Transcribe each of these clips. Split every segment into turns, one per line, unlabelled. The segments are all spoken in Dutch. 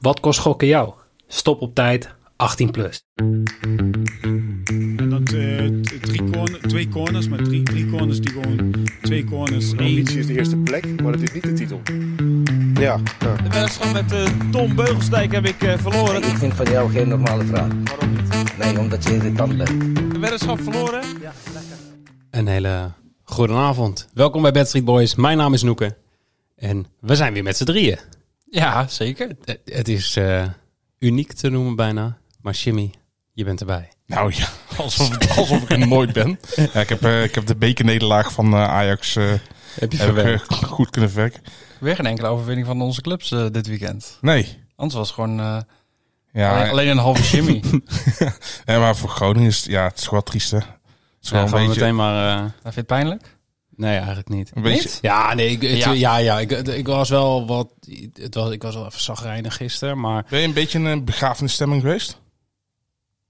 Wat kost gokken jou? Stop op tijd, 18 plus.
En dat eh, t- drie corner, twee corners, maar drie, drie corners die gewoon twee corners.
De
één.
ambitie is de eerste plek, maar het is niet de titel. Ja, ja.
De wedstrijd met eh, Tom Beugelsdijk heb ik eh, verloren.
Ik vind van jou geen normale vraag.
Waarom niet?
Nee, omdat je irritant bent.
De wedstrijd verloren.
Een hele goede avond. Welkom bij Bad Street Boys. Mijn naam is Noeke. En we zijn weer met z'n drieën.
Ja, zeker.
Het, het is eh, uniek te noemen bijna. Maar Jimmy, je bent erbij.
Nou ja, alsof, alsof ik er nooit ben. Ja, ik, heb, eh, ik heb de bekernederlaag van eh, Ajax eh,
Heb je
heb ik, eh, goed kunnen verwerken.
Weer geen enkele overwinning van onze clubs eh, dit weekend.
Nee.
Anders was het gewoon eh,
Ja,
alleen, alleen een halve shimmy.
nee, maar voor Groningen is het- ja, het is wel triest, hè. Het is wel
Ja,
een
gewoon
beetje...
meteen maar... eh,
Dat Nou, vind je het pijnlijk?
nee, eigenlijk niet.
Een beetje
Ja, nee, ik, het- ja.
Ja.
Ja, ik, het- ik was wel wat... Het was, ik was wel even zagrijnig gisteren, maar...
Ben je een beetje in een begrafenisstemming geweest?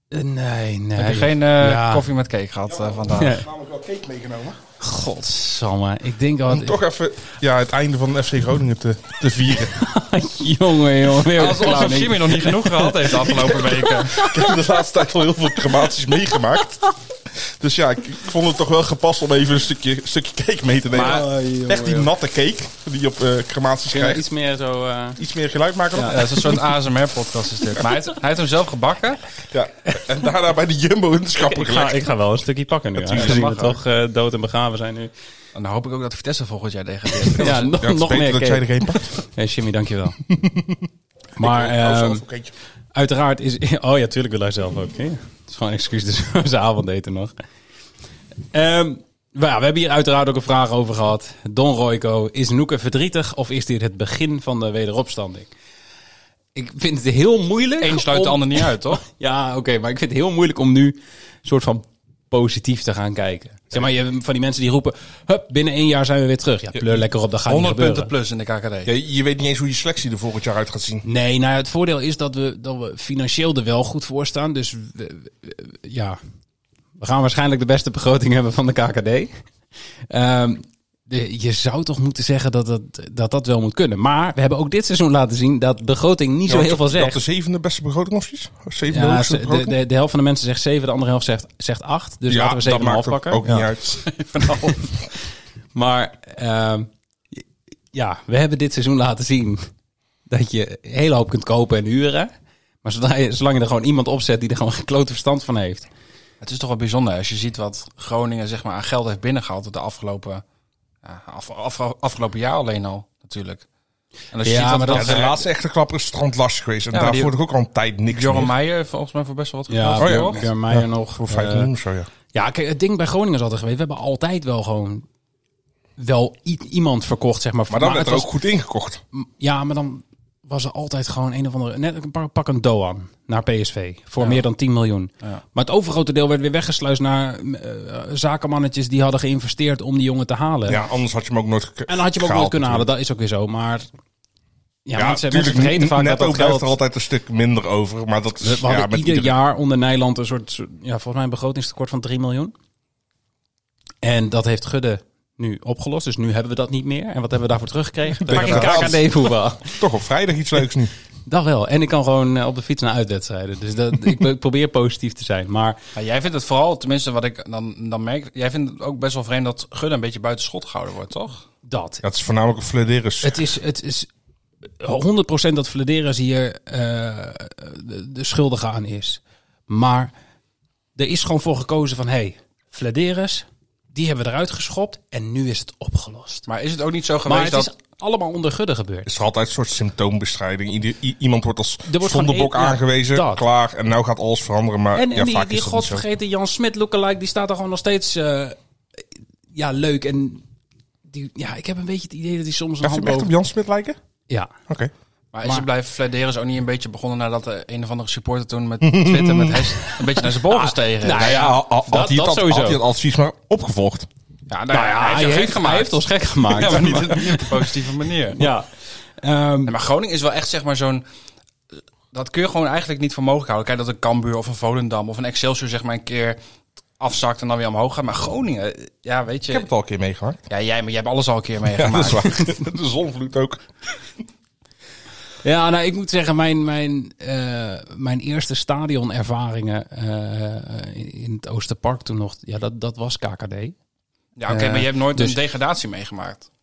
eh, nee, nee.
Heb je geen eh,
Ja.
koffie met cake gehad eh, vandaag?
Ja.
namelijk wel cake meegenomen.
Godsamme, ik denk al...
Om toch even ja, het einde van FC Groningen te, te vieren.
jongen, jongen. weer een
Als, alsof
clown. Ik-
Jimmy nog niet genoeg gehad heeft de afgelopen weken.
ik heb de laatste tijd al heel veel crematies meegemaakt. Dus ja, ik, ik vond het toch wel gepast om even een stukje, stukje cake mee te nemen.
Maar-
Echt die natte cake die je op eh, crematies
Kun je
krijgt.
iets meer zo... eh,
iets meer geluid maken.
Ja,
dan?
dat is een soort ASMR-podcast is dit. Maar hij, heeft- hij heeft hem zelf gebakken.
Ja. En daarna bij de Jumbo in de schappen
Ik ga,
gelegd.
ik ga wel een stukje pakken nu.
Natuurlijk,
Aangezien
dat
we
mag
toch eh, dood en begraven zijn nu.
En dan hoop ik ook dat Vitesse volgend jaar degradeert.
Ja, nog,
Ja, het is
nog
beter
meer
dat
cake.
jij er geen pakt.
Hey, Jimmy, dankjewel. maar
Oh,
ehm,
zelf ook eentje.
uiteraard is... Oh ja, tuurlijk wil hij zelf ook. hè. Het is gewoon een excuus, dus voor zijn avondeten nog. Ehm, maar ja, we hebben hier uiteraard ook een vraag over gehad. Don Royco, is Noeke verdrietig of is dit het begin van de wederopstanding? Ik vind het heel moeilijk.
Eén sluit de
om-
ander niet uit, toch?
Ja, oké, maar ik vind het heel moeilijk om nu een soort van positief te gaan kijken. Zeg maar, je hebt van die mensen die roepen, hup, binnen één jaar zijn we weer terug. Ja, pleur lekker op, dat gaat niet
100
gebeuren.
punten plus in de KKD.
Ja, je weet niet eens hoe je selectie er volgend jaar uit gaat zien.
Nee, nou ja, het voordeel is dat we, dat we financieel er wel goed voor staan. Dus we- we- we- ja, we gaan waarschijnlijk de beste begroting hebben van de KKD. Ehm, de- je zou toch moeten zeggen dat dat, dat dat wel moet kunnen. Maar we hebben ook dit seizoen laten zien dat begroting niet zo
Ja,
heel veel
Dat de
zegt.
zevende beste begroting of zoiets? Zevende
Ja,
hoogste
ze- de,
begroting?
de, de helft van de mensen zegt 7, de andere helft zegt, zegt 8. Dus laten we 7,5
dat maakt
pakken.
ook- ook
Ja.
niet uit.
Maar ehm, ja, we hebben dit seizoen laten zien dat je een hele hoop kunt kopen en huren. Maar zodra je, zolang je er gewoon iemand opzet die er gewoon geen klote verstand van heeft.
Het is toch wel bijzonder als je ziet wat Groningen zeg maar, aan geld heeft binnengehaald de afgelopen, ja, af- af- afgelopen jaar alleen al, natuurlijk. En als je
Ja, maar
ziet wat
dat-
Ja, de laatste echte klap is strand lastig geweest. En
Ja, maar
daarvoor
die-
ook al een tijd niks
Joran
meer.
Meijer heeft volgens mij voor best wel wat
Ja,
gekost,
ja.
toch?
Björn Meijer nog.
Voor 5
eh,
miljoen of zo, ja.
ja, kijk, het ding bij Groningen is altijd geweest. We hebben altijd wel gewoon wel i- iemand verkocht, zeg maar.
Maar dan werd
het
er ook
was-
goed ingekocht.
Ja, maar dan was er altijd gewoon een of andere... Net een pak, pak een Doan naar PSV voor meer dan 10 miljoen. Maar het overgrote deel werd weer weggesluist naar eh, zakenmannetjes die hadden geïnvesteerd om die jongen te halen.
Ja, anders had je hem ook nooit gek-
En dan had je hem ook
gehaald
nooit kunnen halen,
natuurlijk.
dat is ook weer zo. Maar ja, mensen,
Ja,
mensen
natuurlijk.
vergeten vaak dat
Netto
dat
blijft
geld...
er altijd een stuk minder over. Maar dat
We
is
we
ja,
hadden
met
ieder
iedereen.
jaar onder Nijland een soort, soort- ja, volgens mij een begrotingstekort van 3 miljoen. En dat heeft Gudde nu opgelost, dus nu hebben we dat niet meer. En wat hebben we daarvoor teruggekregen?
Tegen
Fucking
de
KKD-voetbal.
Toch op vrijdag iets leuks nu.
Dat wel. En ik kan gewoon eh, op de fiets naar uitwedstrijden. Dus dat, ik pro- probeer positief te zijn. Maar
Ja, jij vindt het vooral, tenminste wat ik dan, dan merk, jij vindt het ook best wel vreemd dat Gunn een beetje buiten schot gehouden wordt, toch?
dat.
Ja, het is voornamelijk een fladerus.
Het is, het is 100% dat Vladeris hier eh, de, de schuldige aan is. Maar er is gewoon voor gekozen van... hé, hey, Vladeris, die hebben we eruit geschopt en nu is het opgelost.
Maar is het ook niet zo
Maar
geweest
het
dat...
is allemaal onder Gudde gebeurd.
is er altijd een soort symptoombestrijding. Ieder, i- iemand wordt als
Er wordt
zondebok
gewoon één- ja,
aangewezen,
dat.
klaar. En nou gaat alles veranderen, maar
En,
ja,
en die,
vaak
die
is dat niet zo.
godvergeten Jan Smit lookalike, die staat er gewoon nog steeds eh, ja, leuk. En die, ja, ik heb een beetje het idee dat hij soms een
Gaat je
hand
hem echt op
boven...
Jan Smit lijken? Oké.
Ja,
Maar is het blijven fladeren is ook niet een beetje begonnen nadat de een of andere supporter toen met Twitter met hash een beetje naar zijn bol gestegen?
nou
ja,
ja, al- al-
dat-
had hij het
dat
ad-
sowieso.
had hij het advies maar opgevolgd.
nou,
Nou ja,
hij heeft,
hij,
jou gek
heeft,
gemaakt.
hij heeft ons gek gemaakt.
Ja, maar niet, niet op een positieve manier.
Ja. Ehm,
Nee, maar Groningen is wel echt zeg maar zo'n... Dat kun je gewoon eigenlijk niet voor mogelijk houden. Kijk dat een Cambuur of een Volendam of een Excelsior zeg maar een keer afzakt en dan weer omhoog gaat. Maar Groningen, ja weet je...
Ik heb het al een keer meegemaakt.
Ja, jij, maar jij hebt alles al een keer
Ja,
meegemaakt.
dat is waar. De zonvloed ook.
Ja, nou, ik moet zeggen, mijn, mijn, eh, mijn eerste stadionervaringen eh, in- in het Oosterpark toen nog, ja, dat, dat was KKD.
Ja, oké,
Eh,
maar je hebt nooit
dus-
een degradatie meegemaakt.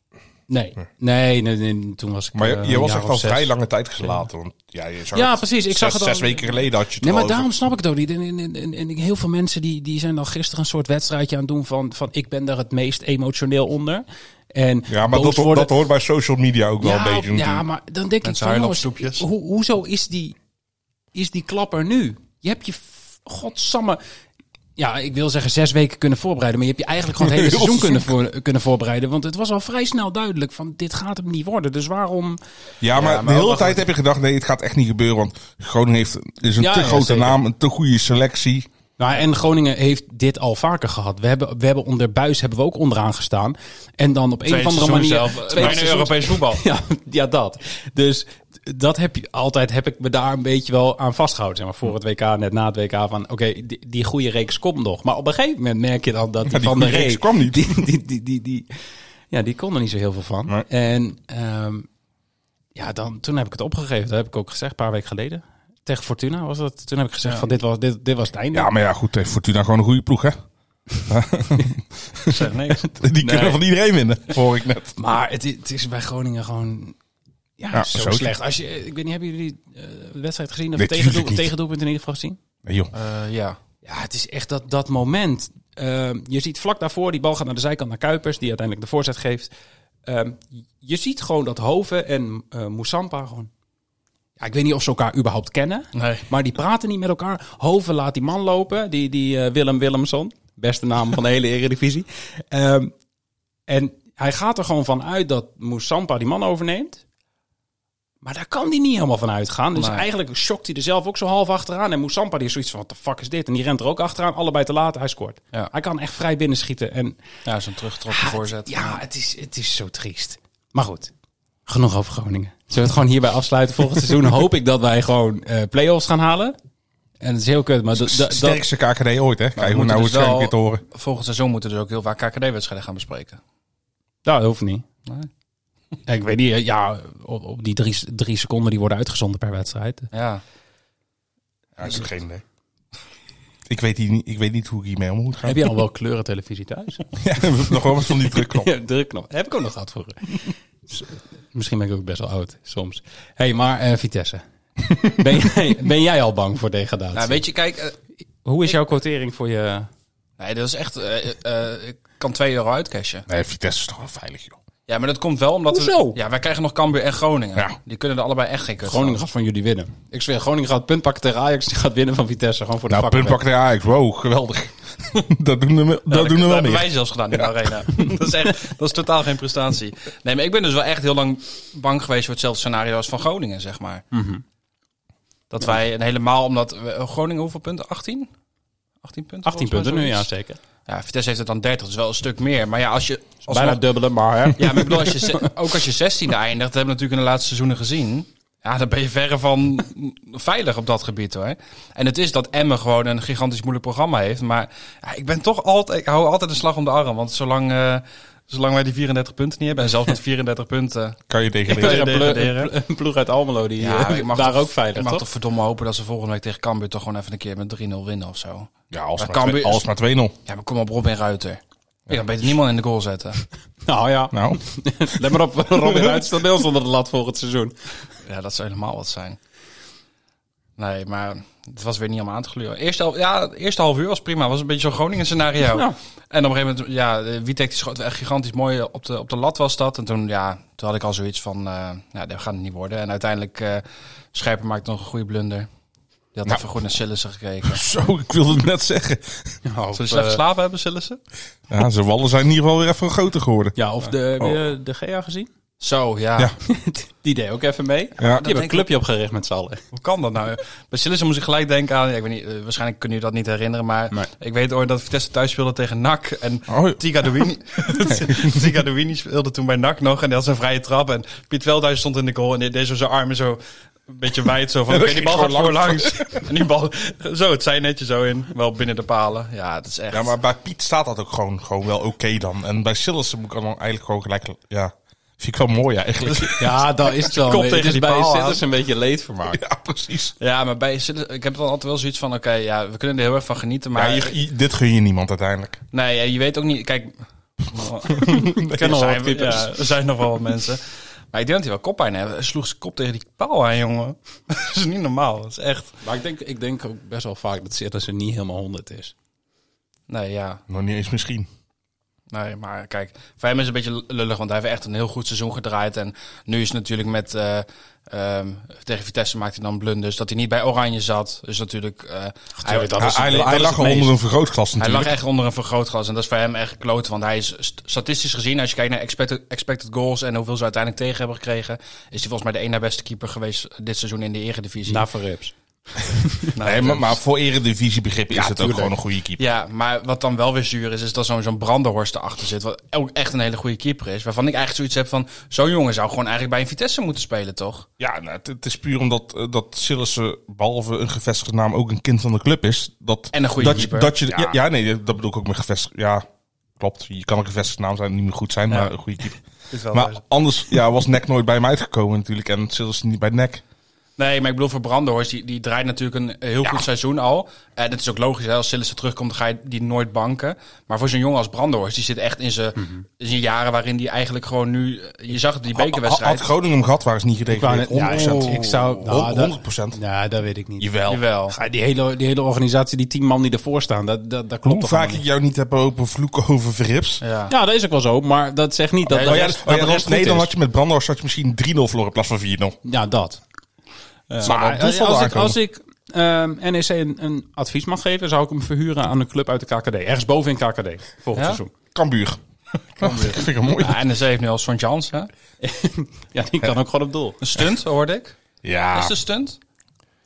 Nee, nee, nee, nee, toen was ik.
Maar je,
eh,
je
een
was
jaar
echt
of
al
zes.
vrij lange tijd gelaten. Want ja, je zag
Ja,
het
precies, ik
zes,
zag het al-
zes weken geleden had je het
Nee,
al
maar
over.
daarom snap ik het ook niet. En, en, en- en, en heel veel mensen die, die zijn dan gisteren een soort wedstrijdje aan het doen van, van ik ben daar het meest emotioneel onder. En
Ja, maar
boos
dat,
worden-
dat hoort bij social media ook wel
ja,
een beetje.
ja,
natuurlijk.
maar dan denk
Mensen
ik van
huilen op
jongens,
stoepjes.
ho- hoezo is die, is die klapper nu? Je hebt je, f- godsamme, ja, ik wil zeggen zes weken kunnen voorbereiden, maar je hebt je eigenlijk gewoon het hele
Heel
seizoen kunnen, voor, kunnen voorbereiden. Want het was al vrij snel duidelijk van dit gaat hem niet worden. Dus waarom?
Ja, maar,
maar
de hele
wacht
tijd heb je gedacht, nee, het gaat echt niet gebeuren. Want Groningen heeft, is een
Ja,
te
ja,
grote
zeker.
naam, een te goede selectie.
Nou, en Groningen heeft dit al vaker gehad. We hebben, we hebben onder Buis hebben we ook onderaan gestaan. En dan op een of andere manier. tweede
Bijna
seizoen-
Europees voetbal.
Ja, ja, dat. Dus dat heb je altijd, heb ik me daar een beetje wel aan vastgehouden. Zeg maar voor het WK, net na het WK. Van oké, die, die goede reeks komt nog. Maar op een gegeven moment merk je dan dat die,
Ja, die
van de
goede
reeks.
reeks kwam niet.
Die, die, die, die, die- ja, die kon er niet zo heel veel van.
Nee.
En ehm, ja, dan, toen heb ik het opgegeven. Dat heb ik ook gezegd, een paar weken geleden. Tegen Fortuna was dat. Toen heb ik gezegd: van dit was, dit, dit was het einde.
Ja, maar ja, goed, heeft Fortuna gewoon een goede ploeg, hè?
Zeg niks.
Die kunnen van iedereen winnen, hoor ik net.
Maar het, i- het is bij Groningen gewoon ja,
Ja,
zo,
zo is
slecht. Als je, ik weet niet, hebben jullie eh, de wedstrijd gezien? Of
Nee,
het tegendoel-
tuurlijk niet.
tegendoelpunt in ieder geval gezien?
Nee, joh.
Eh, ja.
Ja, het is echt dat, dat moment. Ehm, je ziet vlak daarvoor, die bal gaat naar de zijkant naar Kuipers, die uiteindelijk de voorzet geeft. Ehm, je ziet gewoon dat Hoven en eh Moussampa gewoon... Ja, ik weet niet of ze elkaar überhaupt kennen.
Nee.
Maar die praten niet met elkaar. Hoven laat die man lopen, die, die eh, Willem Willemson. Beste naam van de hele Eredivisie. Ehm, en hij gaat er gewoon van uit dat Moussampa die man overneemt. Maar daar kan hij niet helemaal van uitgaan. Dus
Nee.
eigenlijk shokt hij er zelf ook zo half achteraan. En Moussampa die is zoiets van, wat de fuck is dit? En die rent er ook achteraan, allebei te laat, hij scoort.
Ja.
Hij kan echt vrij binnenschieten. En
Ja, zo'n teruggetrokken voorzet.
ja, het is, het is zo triest. Maar goed, genoeg over Groningen. Zullen we het gewoon hierbij afsluiten? Volgend seizoen hoop ik dat wij gewoon eh play-offs gaan halen. En dat is heel kut, maar dat- dat- dat...
Sterkste KKD ooit, hè? Krijgen we
moeten
nou
dus
waarschijnlijk
wel-
weer te horen.
Volgend seizoen moeten we dus ook heel vaak KKD-wedstrijden gaan bespreken.
Nou, dat hoeft niet.
Nee.
Ja, Ik weet niet, eh, ja, op, op die drie, drie seconden die worden uitgezonden per wedstrijd.
Ja.
Ja, ik heb geen idee. Ik weet, hier niet, ik weet niet hoe ik hiermee om moet gaan.
Heb je al wel kleurentelevisie thuis?
Ja, we hebben nog wel wat van die drukknop.
Ja, drukknop. Heb ik ook nog gehad vroeger. Dus, eh, Misschien ben ik ook best wel oud, soms. hey, maar eh, Vitesse. ben, jij, ben jij al bang voor degradatie?
Nou, weet je, kijk, eh,
Hoe is jouw quotering voor je...
nee, dat is echt. eh, eh, ik kan 2 euro uitcashen.
Nee, Vitesse is toch wel veilig, joh.
Ja, maar dat komt wel omdat. we-
Hoezo?
ja, wij krijgen nog Cambuur en Groningen.
Ja.
Die kunnen er allebei echt geen kut
Groningen
van.
gaat van jullie winnen. Ik zweer, Groningen gaat punt pakken tegen Ajax. Die gaat winnen van Vitesse. Gewoon voor de
Nou,
fuck.
puntpak de Ajax. Wow, geweldig. dat doen we, dat
Ja,
Nou, doen we wel
hebben
meer.
wij zelfs gedaan in de arena. dat, is echt, dat is totaal geen prestatie. Nee, maar ik ben dus wel echt heel lang bang geweest voor hetzelfde scenario als van Groningen, zeg maar. Dat wij, en helemaal omdat... we- eh, Groningen hoeveel punten? 18? 18 punten?
18
volgens mij,
punten nu, ja
zoiets.
zeker.
Ja, Vitesse heeft het dan 30, dat is wel een stuk meer. Maar ja, als je... Als
Bijna dubbele, maar hè.
ja, maar ik bedoel, als je, ze- ook als je 16e eindigt, dat hebben we natuurlijk in de laatste seizoenen gezien. Ja, dan ben je verre van veilig op dat gebied hoor. En het is dat Emmen gewoon een gigantisch moeilijk programma heeft. Maar ja, ik ben toch altijd, ik hou altijd een slag om de arm. Want zolang, eh, zolang wij die 34 punten niet hebben, en zelfs met 34 punten.
Kan je tegen
Er is
deze...
een plo-
degraderen.
een plo- een ploeg uit Almelo die
Ja,
eh,
ik mag
daar
toch-
ook veilig,
Ik mag
toch?
toch verdomme hopen dat ze volgende week tegen Cambuur toch gewoon even een keer met 3-0 winnen of zo.
Ja, als
Dat
maar
kan
twee-
weer-
als maar 2-0.
Ja, maar kom op Robin Ruiter. Ik kan beter niemand in de goal zetten.
Nou ja,
Nou,
let maar op. Robin Ruijs staat bij ons onder de lat volgend seizoen.
Ja, dat zou helemaal wat zijn. Nee, maar het was weer niet om aan te gluren. Eerste half, ja, het eerste half uur was prima. was een beetje zo'n Groningen scenario.
Ja.
En op een gegeven moment, ja, eh, Witek die schoot echt gigantisch mooi op de, op de lat was dat. En toen, ja, toen had ik al zoiets van, eh nou, dat gaat het niet worden. En uiteindelijk, eh Scherpen maakte nog een goede blunder. Die had
Nou.
even goed naar Sillissen gekeken. Dus, eh,
zo, ik wilde het net zeggen.
Zullen
eh,
ze slecht geslapen hebben, Sillissen?
Ja, zijn wallen zijn in ieder geval weer even groter geworden.
Ja, of de, heb je de GA gezien?
Zo, ja.
Ja.
Die deed ook even mee.
Ja,
Die hebben
denk
een
ik-
clubje opgericht met z'n allen.
Hoe kan dat nou? Bij Sillissen moest ik gelijk denken aan... ja, ik weet niet, eh, waarschijnlijk kunnen jullie dat niet herinneren, maar...
Nee.
Ik weet ooit dat Vitesse thuis speelde tegen NAC. En
Oh, ja.
Tiga Douini Tiga Douini speelde toen bij NAC nog. En die had zijn vrije trap. En Piet Veldhuis stond in de goal. En die deed zo zijn armen zo een beetje wijd. Zo van, oké, die bal gaat voor langs. En die bal... Zo, het zijn netje zo in. Wel binnen de palen. Ja, het is echt...
Ja, maar bij Piet staat dat ook gewoon, gewoon wel oké dan. En bij Sillissen moet ik dan eigenlijk gewoon gelijk... Ja, vind Vind ik wel mooi eigenlijk.
Ja, dat Ah, is het wel.
kop
Het
tegen
is
die
bij
paal
zitters een beetje leedvermaak.
ja, precies.
Ja, maar bij, Zit- ik heb dan altijd wel zoiets van, oké, ja, we kunnen er heel erg van genieten,
Maar
maar...
je- je- dit gun je niemand uiteindelijk.
Nee, ja, je weet ook niet, kijk...
Ik
er, zijn, ja, er zijn nog wel wat mensen. Maar ik denk dat hij wel koppijn heeft. Hij sloeg zijn kop tegen die paal aan, jongen. dat is niet normaal, dat is echt...
Maar ik denk, ik denk ook best wel vaak dat zitters er niet helemaal 100 is.
Nee, ja.
Nog niet eens misschien.
Nee, maar kijk, voor hem is het een beetje lullig, want hij heeft echt een heel goed seizoen gedraaid. En nu is het natuurlijk met, eh, ehm, tegen Vitesse maakt hij dan blunders, dat hij niet bij Oranje zat. Dus natuurlijk, eh, hij,
Hij, hij,
hij-
hij
hij
lag al onder een vergrootglas
Hij
natuurlijk.
lag echt onder een vergrootglas en dat is voor hem echt kloot. Want hij is st- statistisch gezien, als je kijkt naar expected, expected goals en hoeveel ze uiteindelijk tegen hebben gekregen, is hij volgens mij de één na beste keeper geweest eh, dit seizoen in de Eredivisie.
Na Verrips.
Nou,
Nee, maar,
dat-
maar voor eredivisiebegrip is
Ja,
het ook
tuurlijk.
gewoon een goede keeper.
Ja, maar wat dan wel weer zuur is, is dat zo'n zo'n Brandenhorst erachter zit. Wat ook echt een hele goede keeper is. Waarvan ik eigenlijk zoiets heb van, zo'n jongen zou gewoon eigenlijk bij een Vitesse moeten spelen, toch?
Ja, nou, het, het is puur omdat eh, dat Sillissen, behalve een gevestigde naam, ook een kind van de club is. Dat,
En een goede
dat je-
keeper.
dat je, ja. ja, nee, dat bedoel ik ook met gevestigd. Ja, klopt. Je kan een gevestigde naam zijn en niet meer goed zijn, maar een goede keeper. Maar anders ja, was Nek nooit bij hem uitgekomen natuurlijk. En Sillissen niet bij Nek.
Nee, maar ik bedoel voor Brandenhorst, die, die draait natuurlijk een heel goed seizoen al. En dat is ook logisch, hè? als Sillissen terugkomt, dan ga je die nooit banken. Maar voor zo'n jongen als Brandenhorst, die zit echt in zijn in zijn jaren waarin die eigenlijk gewoon nu... eh, Je zag het, die
Mhm. Had, had
bekerwedstrijd.
Groningen hem gehad, waren ze niet gedegradeerd. 100%.
ik Oh. zou...
Hon-
dat-
100%.
Nou, dat weet ik niet.
Jawel.
Jawel.
Ja, Die hele, die hele organisatie, die tien man die ervoor staan, dat, dat, dat klopt
Hoe
toch
vaak
allemaal
ik jou niet heb open vloeken over verrips.
Ja.
niet? Ja, dat is ook wel zo, maar dat zegt niet dat
Nee,
de
Oh ja,
rest-
oh ja,
dat de
dan-
rest
nee,
goed
dan
is.
had je met Brandhorst had je misschien 3-0 verloren in plaats van 4-0.
Ja, dat. eh,
maar
als,
doelsaldo
ik,
aankomen.
als ik ehm, NEC een, een advies mag geven, zou ik hem verhuren aan een club uit de KKD. Ergens boven in KKD, volgend
Ja?
seizoen.
Kambuur. Kambuur. vind ik een mooi.
Ja, en de heeft nu al zo'n chance, hè?
Ja, die kan ook gewoon op doel.
Een stunt, hoorde ik.
Ja.
Is het een stunt?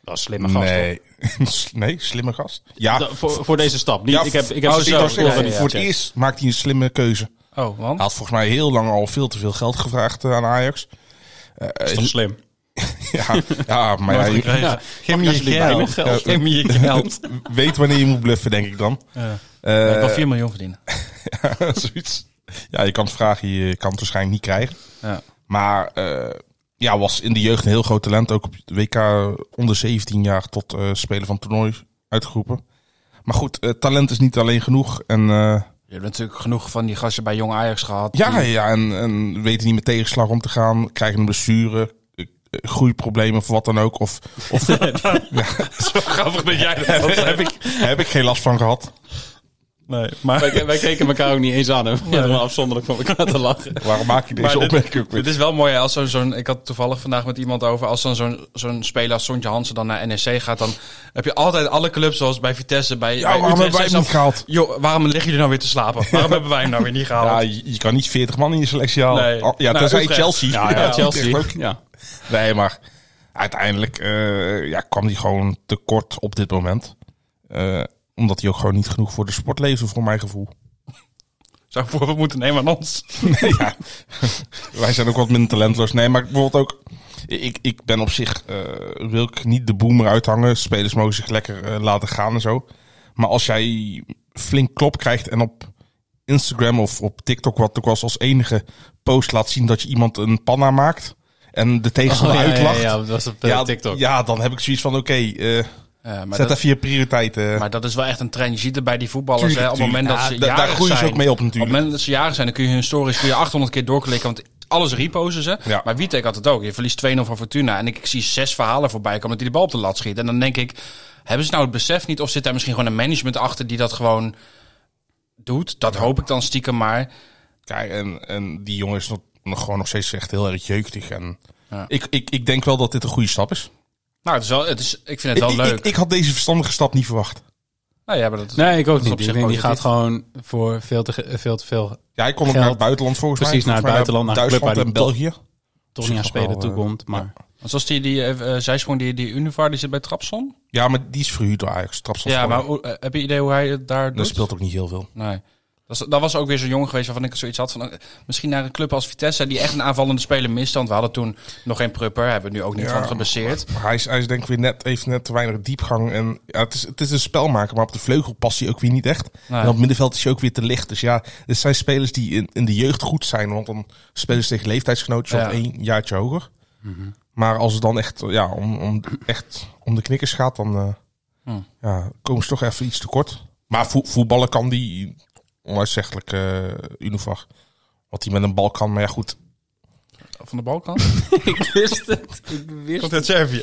Dat is slimme gast. hoor.
nee. nee, slimme gast. Ja,
Da- voor, voor deze stap. Niet,
Ja,
ik heb, ik heb
oh,
ze
zo.
zien
Ik dacht,
scoren
ja,
niet
voor het
gecheckt.
eerst maakt hij een slimme keuze. Hij
Oh, want?
had volgens mij heel lang al veel te veel geld gevraagd eh, aan Ajax.
Dat is toch slim.
Ja, ja maar ja, je-
Ja.
Geef me je
alsjeblieft bij me geld.
Geef me je geld.
weet wanneer je moet bluffen, denk ik dan. Eh,
ik wil 4 miljoen verdienen.
zoiets. Ja, je kan het vragen, je kan het waarschijnlijk niet krijgen.
Ja.
Maar eh, ja, was in de jeugd een heel groot talent. Ook op het WK onder 17 jaar tot eh spelen van toernooi uitgeroepen. Maar goed, eh, talent is niet alleen genoeg. En eh,
Je hebt natuurlijk genoeg van die gasten bij Jong Ajax gehad.
Ja,
Die-
ja en, en weten niet met tegenslag om te gaan. Krijgen een blessure, eh, groeiproblemen of wat dan ook. Of, of
Grappig dat jij dat
heb, ik, heb ik geen last van gehad.
Nee, maar...
Wij, wij keken elkaar ook niet eens aan. hè. We hadden wel afzonderlijk van elkaar te lachen.
Waarom maak je
Maar
deze
dit-
opmerking ook
Dit
weer?
is wel mooi hè, als zo'n, zo'n- ik had toevallig vandaag met iemand over, als dan zo'n, zo'n speler als Sontje Hansen dan naar NEC gaat, dan heb je altijd alle clubs zoals bij Vitesse, bij,
Ja,
bij
waarom hebben wij
zeggen
hem niet
ze dan,
gehaald?
Joh, waarom liggen jullie nou weer te slapen? Waarom hebben wij hem nou weer niet
Ja,
gehaald?
je, je kan niet 40 man in je selectie halen.
Nee.
Oh, Ja,
Nou,
tenzij
Utrecht.
Ja,
Chelsea.
ja, Chelsea.
Utrecht ook.
Ja.
Nee, maar uiteindelijk eh, ja, kwam hij gewoon tekort op dit moment. Eh, omdat hij ook gewoon niet genoeg voor de sport leefde, voor mijn gevoel.
Zou ik voorbeeld moeten nemen aan ons?
ja, wij zijn ook wat minder talentloos. Nee, maar bijvoorbeeld ook... Ik, ik ben op zich... eh, wil ik niet de boomer uithangen. Spelers mogen zich lekker eh, laten gaan en zo. Maar als jij flink klop krijgt en op Instagram of op TikTok... wat ook was als enige post laat zien dat je iemand een panna maakt... en de tegenstander uitlacht... Ja,
dat was op eh, TikTok.
ja, dan heb ik zoiets van, oké, eh,
Ja, eh, maar,
zet
dat,
even je prioriteiten.
maar dat is wel echt een trend. Je ziet het bij die voetballers
Tuurlijk,
hè, op het
tuurlijk.
moment dat ze
Ja, da- daar
jarig
groeien ze
zijn,
ook mee op
Op het
natuurlijk.
moment dat ze jarig zijn, dan kun je hun stories kun je 800 keer doorklikken, want alles reposen ze.
Ja.
Maar Witek had het ook. Je verliest 2-0 van Fortuna en ik, ik zie zes verhalen voorbij komen dat hij de bal op de lat schiet. En dan denk ik, hebben ze nou het besef niet of zit daar misschien gewoon een management achter die dat gewoon doet? Dat hoop ik dan stiekem maar.
Kijk, en, en die jongen is nog, nog gewoon nog steeds echt heel erg jeugdig. En ik, ik, ik denk wel dat dit een goede stap is.
Nou, het is wel, het is, ik vind het wel
ik,
leuk.
Ik, ik had deze verstandige stap niet verwacht.
nou ja, maar dat,
Nee, ik ook
is
niet.
op
Ik
zich
denk, die gaat
positief.
gewoon voor veel te, ge- veel, te veel
Ja, hij kon ook
Geld.
naar het buitenland volgens
Precies,
mij.
naar het
Volgens mij
buitenland, naar een
Duitsland en
club waar
België.
toch niet aan spelen
wel, eh,
toekomt. Maar
Want zoals die, die eh, eh, zijsprong, die, die Univar, die zit bij Trapson.
Ja, maar die is verhuurd door Ajax. Trapsel
Ja,
voor-
maar hoe- eh, heb je idee hoe hij het daar
dat
doet?
speelt ook niet heel veel.
Nee. Dat, is- dat was ook weer zo'n jongen geweest waarvan ik zoiets had van... eh, Misschien naar een club als Vitesse die echt een aanvallende speler mist. Want we hadden toen nog geen prupper. Hebben we nu ook niet
Ja,
van gebaseerd.
Maar Hij is, hij is denk ik weer net, heeft net te weinig diepgang. En, ja, het, is, het is een spelmaker, maar op de vleugel past hij ook weer niet echt.
Nee.
En op het middenveld is hij ook weer te licht. Dus ja, dit zijn spelers die in, in de jeugd goed zijn. Want dan spelen ze tegen leeftijdsgenootjes
Ja.
of één jaartje hoger. Maar als het dan echt, eh, ja, om, om, echt om de knikkers gaat, dan eh,
Hm.
ja, komen ze toch even iets tekort. Maar vo- voetballen kan die onuitzeggelijk eh Unifar. Wat hij met een bal kan, maar ja goed.
Van de Balkan?
ik wist het. Ik wist
Komt uit Servië.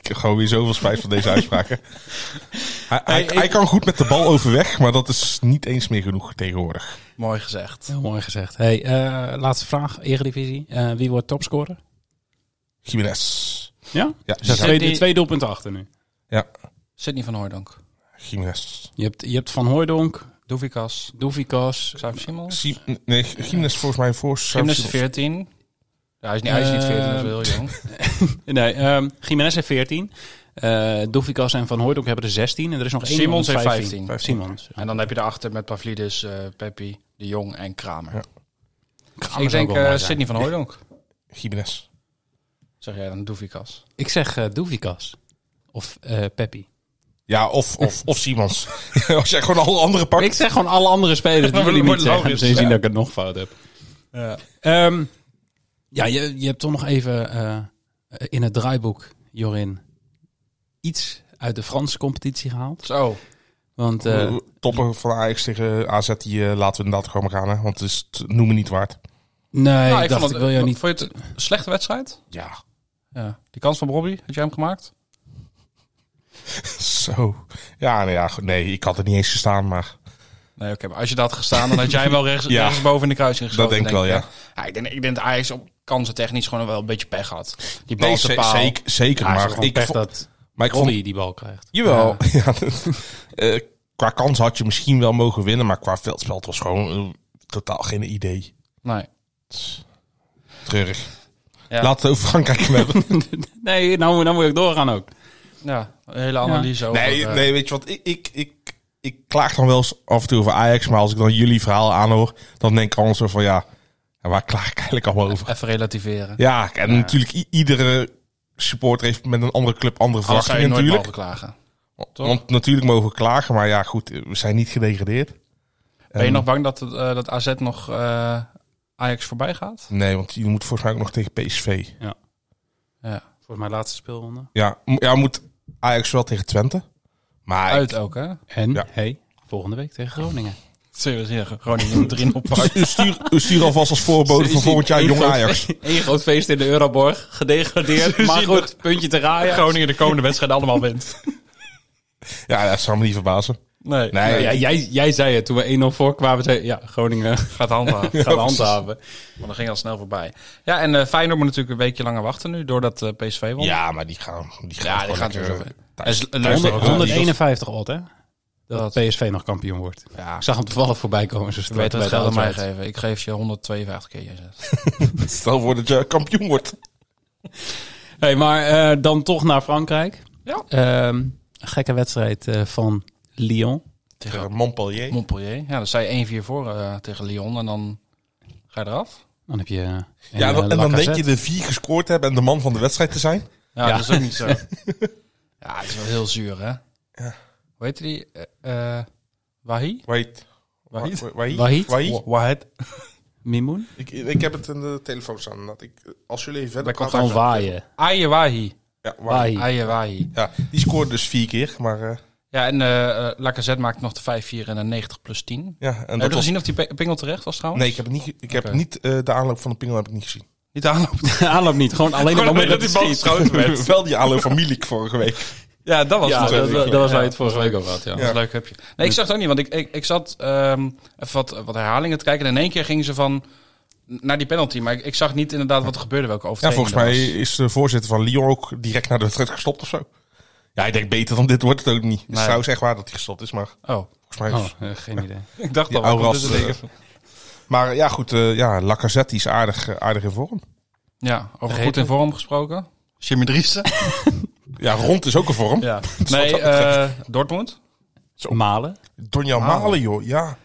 Ik heb gewoon weer zoveel spijt van deze uitspraken. Hij, hij, hij kan goed met de bal overweg, maar dat is niet eens meer genoeg tegenwoordig.
Mooi gezegd.
Heel mooi gezegd. Hey, eh, laatste vraag, Eredivisie. Eh, wie wordt topscorer?
Jiménez.
Ja?
Ja,
Dus
Zet
twee,
die-
twee doelpunten achter nu.
ja.
Sidney van Hooydonk.
Jiménez.
Je hebt, je hebt Van Hooijdonk,
Doevikas.
Doevikas.
Xavier Simons.
Sie- Nee, Jiménez volgens mij voor.
Gymnast is 14. Ja, hij is niet, hij is niet 14, dat is wel heel jong.
Nee, ehm Jiménez heeft 14. Eh Doevikas en Van Hooijdonk hebben er 16. En er is nog één
Simons heeft
iemand met
15.
Simons.
En dan heb je daarachter met Pavlidis, eh Peppi, De Jong en Kramer.
Ja.
Kramer zou
ik denk
wel mooi
eh
zijn.
Sidney van Hooydonk.
Jiménez.
Zeg jij dan Doevikas.
Ik zeg eh Doevikas. Of eh Peppi.
Ja, of, of, of Simons. Als jij gewoon alle andere pakt.
Ik zeg gewoon alle andere spelers die
Dat
jullie
wordt
niet zeggen.
logisch,
Ze zien
ja.
dat ik het nog fout heb. Ehm, ja, je, je hebt toch nog even eh, in het draaiboek, Jorin, iets uit de Franse competitie gehaald.
Zo.
Want eh,
Toppen van Ajax tegen AZ, die eh, laten we inderdaad gewoon maar gaan. Hè? Want het is het noemen niet waard.
nee,
Nou,
ik dacht,
vond
ik
het-
wil jou niet...
Vond je het een slechte wedstrijd?
Ja.
Ja. Die kans van Robbie, had jij hem gemaakt?
Zo. Ja, nou ja, goed, nee, ik had er niet eens gestaan, maar...
Nee, oké. maar als je dat had gestaan, dan had jij hem wel rechts,
Ja.
boven in de kruising geschoten.
denk ik wel,
ja. ik, denk, ik denk dat Ajax op kansentechnisch gewoon wel een beetje pech had. Die bal
Nee,
te
ze-
paal.
zeker, zeker
Ja,
maar ik,
pech
vo-
dat
maar ik vond
Olly die bal krijgt.
Jawel. Ja. dat- eh, qua kans had je misschien wel mogen winnen, maar qua veldspel het was gewoon eh, totaal geen idee.
Nee.
Treurig.
Ja.
Laten we het over Frankrijk gaan hebben.
Nee, nou, dan moet ik doorgaan ook.
Ja, een hele analyse over...
nee,
eh,
nee, weet je wat? Ik, ik, ik, ik klaag dan wel eens af en toe over Ajax, maar als ik dan jullie verhaal aanhoor, dan denk ik allemaal zo van ja, ja, waar klaag ik eigenlijk allemaal over?
Even relativeren.
Ja, en natuurlijk i- iedere supporter heeft met een andere club andere
Anders zou je
verwachtingen
nooit
natuurlijk.
mogen klagen.
Want natuurlijk mogen we klagen, maar ja goed, eh, we zijn niet gedegradeerd.
Ben je
En-
nog bang dat, het, eh, dat AZ nog eh, Ajax voorbij gaat?
Nee, want je moet volgens mij ook nog tegen PSV.
Ja.
Volgens mij laatste speelronde.
Ja, m- ja moet Ajax wel tegen Twente. Maar
Uit ook, hè?
En,
Ja.
hey, volgende week tegen Groningen.
Serieus, ja. Groningen 3 op
ik- u stuur, u stuur alvast als voorbode van volgend jaar jong Ajax.
Eén groot feest in de Euroborg. Gedegradeerd, maar goed, puntje te raaien.
Groningen de komende wedstrijd allemaal wint.
Ja, dat zou me niet verbazen.
Nee,
Nee,
Ja, jij, jij zei het toen we 1-0 voor kwamen. Zei, je, ja, Groningen
gaat handhaven.
gaat handhaven.
Maar dat ging al snel voorbij. Ja, en eh Feyenoord moet natuurlijk een weekje langer wachten nu, doordat eh, PSV won.
Ja, maar die gaan die gaan,
Ja, die
gewoon
gaat
lekker,
sowieso.
eh,
En is-
thuis-
en
thuis
leuk-
tegen
151 odd, hè? Dat
Dat-
PSV nog kampioen wordt.
Ja.
Ik zag hem toevallig voorbij komen. Zo
Je
strak
weet
bij
het
de
geld aan mij
outright.
geven. Ik geef je 152 keer je zet.
Eagles. Stel voor dat je kampioen wordt.
Hey, maar eh, dan toch naar Frankrijk.
Ja.
Ehm, gekke wedstrijd eh, van Lyon.
Tegen Montpellier.
Montpellier. Ja, dan zei je 1-4 voor eh, tegen Lyon en dan ga je eraf.
Dan heb je... eh, een,
Ja,
eh,
dan- en dan denk je
Lacazette.
de vier gescoord te hebben en de man van de wedstrijd te zijn.
Ja,
Ja.
dat is ook niet zo. ja, het is wel heel zuur, hè? Hoe heette die? eh eh, Wahi?
Wait.
Wahid?
Wa- wa-
Wahid?
Wahid?
Wahed.
Mimoen?
Ik, ik heb het in de telefoon staan. Dat ik, als jullie even verder
Wij
praten-
Van Waaien.
Aye Wahi.
Ja, Wahid.
Waaien.
Aye Wahi.
Ja, die scoorde dus vier keer. Maar eh,
Ja, en eh eh, Lacazette maakt nog de 5-4 en een 90 plus 10.
ja, en
Heb
dat
je
was
gezien of die pe- pingel terecht was trouwens?
Nee, ik heb, het niet, ge- ik heb
Oké.
niet eh, de aanloop van de pingel heb ik niet gezien.
Niet aanloop.
Aanloop niet. Gewoon alleen op het moment dat hij schiet.
geschoten werd. Wel die aanloop van Milik vorige week.
Ja, dat was
Ja,
het.
dat,
natuurlijk.
dat was waar
Ja.
je het vorige week over had. Ja.
Dat was een leuk hupje. Nee, ik zag het ook niet, want ik, ik, ik zat ehm, even wat, wat herhalingen te kijken. En in één keer gingen ze van naar die penalty. Maar ik, ik zag niet inderdaad wat er gebeurde, welke
Ja,
overtreding
volgens mij
er was.
is de voorzitter van Lyon ook direct na de wedstrijd gestopt of zo. Ja, ik denk beter dan dit wordt het ook niet. Het is
Nee.
trouwens echt waar dat hij gestopt is, maar
Oh,
volgens mij
Oh,
is
eh, geen idee.
ik dacht
die
al. wat
oude
komt
ras,
dit in één
eh,
keer?
Maar eh, ja, goed, eh, ja, Lacazette die is aardig, eh, aardig in vorm.
Ja, over
Vergeten.
goed in vorm gesproken. Jimmy Driessen.
Ja, Rond is ook in vorm.
Ja. Nee, eh, Dortmund.
Malen.
Donjan Malen, joh. Ja.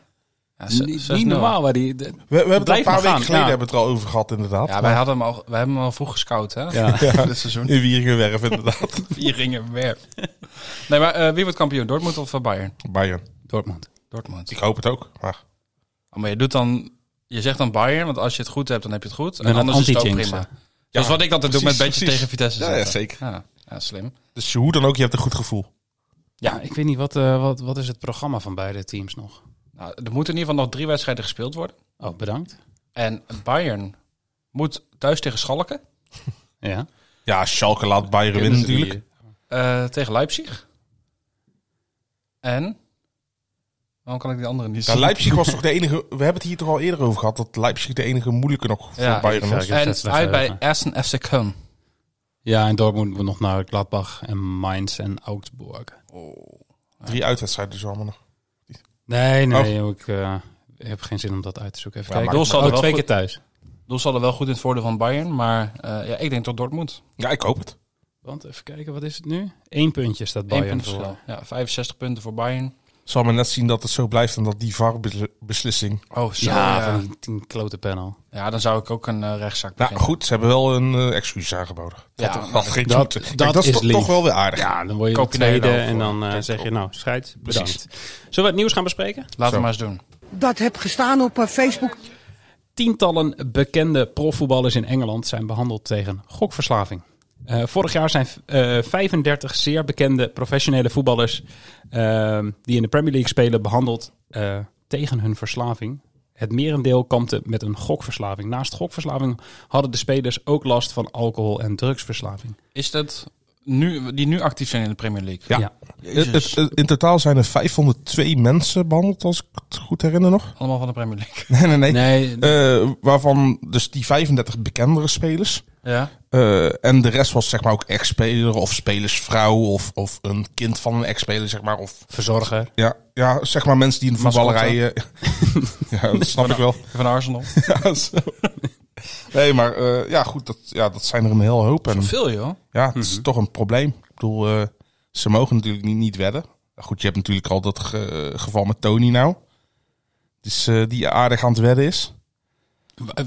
Ja, zes-
Niet,
zes
niet
nul.
normaal waar die... de-
We, we hebben het
Blijf
een paar
maar
weken
gaan,
geleden
ja.
hebben we het er al over gehad, inderdaad.
Ja, wij hadden hem al, wij hebben hem al vroeg gescout, hè?
Ja.
Dit seizoen.
In Wieringenwerf, inderdaad.
Vier ringen weg. Nee, maar eh, wie wordt kampioen? Dortmund of eh, Bayern?
Bayern.
Dortmund.
Dortmund.
Ik hoop het ook. Maar
Oh, maar je doet dan... Je zegt dan Bayern, want als je het goed hebt, dan heb je het goed. En,
En dat
anders is het ook
anti-jinxen.
prima. dat is wat ik altijd doe met
precies,
bedjes
precies.
tegen Vitesse
Ja, ja,
zetten.
zeker.
Ja, ja, slim.
dus hoe dan ook, je hebt een goed gevoel.
Ja, ik weet niet, wat, eh, wat, wat is het programma van beide teams nog?
Nou, er moeten in ieder geval nog drie wedstrijden gespeeld worden.
Oh, bedankt.
En Bayern moet thuis tegen Schalke.
Ja.
Ja, Schalke laat Bayern winnen natuurlijk.
eh, tegen Leipzig. En... Waarom kan ik die andere niet
Ja,
zien?
Leipzig was toch de enige... We hebben het hier toch al eerder over gehad... dat Leipzig de enige moeilijke nog voor
Ja,
Bayern was.
ja.
en
Zet ze
uit
weg,
bij
ja.
Essen FC Köln.
Ja, en Dortmund nog naar Gladbach en Mainz en Augsburg. Oh.
Drie uitwedstrijden dus allemaal nog.
Nee, nee, ik eh, heb geen zin om dat uit te zoeken. Even
Ja,
kijken.
maar-
Doel zal er
Oh,
wel
twee
goed-
keer thuis.
Doel zal er wel goed in het voordeel van Bayern, maar eh, ja, ik denk tot Dortmund.
Ja, ik hoop het.
Want even kijken, wat is het nu? Eén puntje staat
Eén
Bayern
punt
voor.
verschil. Ja, 65 punten voor Bayern.
Zal maar net zien dat het zo blijft... en dat die VAR-beslissing...
Oh, zo.
Ja,
Ja,
van een klote panel.
Ja, dan zou ik ook een eh, rechtszaak
Nou
beginnen.
goed, ze hebben wel een eh, excuus aangeboden.
Ja,
dat,
maar
dat, ging
dat-
goed. Kijk,
dat
dat is
is
toch,
lief.
toch wel weer aardig.
Ja, dan word je
Koop
de
je er
tweede
wel voor.
en dan eh,
Kijk,
zeg je nou, scheids,
Precies.
bedankt. Zullen we het nieuws gaan bespreken?
Laten
Zo.
we maar eens doen.
dat heb gestaan op eh, Facebook.
Tientallen bekende profvoetballers in Engeland zijn behandeld tegen gokverslaving. Eh, vorig jaar zijn eh, 35 zeer bekende professionele voetballers ehm, die in de Premier League spelen behandeld eh, tegen hun verslaving. Het merendeel kampte met een gokverslaving. Naast gokverslaving hadden de spelers ook last van alcohol- en drugsverslaving.
Is dat nu, die nu actief zijn in de Premier League?
Ja. Het- het- het- in totaal zijn er 502 mensen behandeld, als ik het goed herinner nog.
Allemaal van de Premier League.
Nee, nee, nee.
Nee,
Eh, waarvan dus die 35 bekendere spelers.
Ja.
Eh, en de rest was zeg maar ook ex-speler of spelersvrouw of, of een kind van een ex-speler, zeg maar. Of,
verzorger.
ja, ja, zeg maar mensen die in de voetballerij... eh, ja, dat snap ik wel.
Van Arsenal.
Ja, zo. Nee, maar eh, ja, goed, dat, ja, dat zijn er een heel hoop. En,
Veel joh.
ja, het is toch een probleem. Ik bedoel, eh, ze mogen natuurlijk niet, niet wedden. Nou Goed, je hebt natuurlijk al dat ge- geval met Tony nou. Dus eh, die aardig aan het wedden is.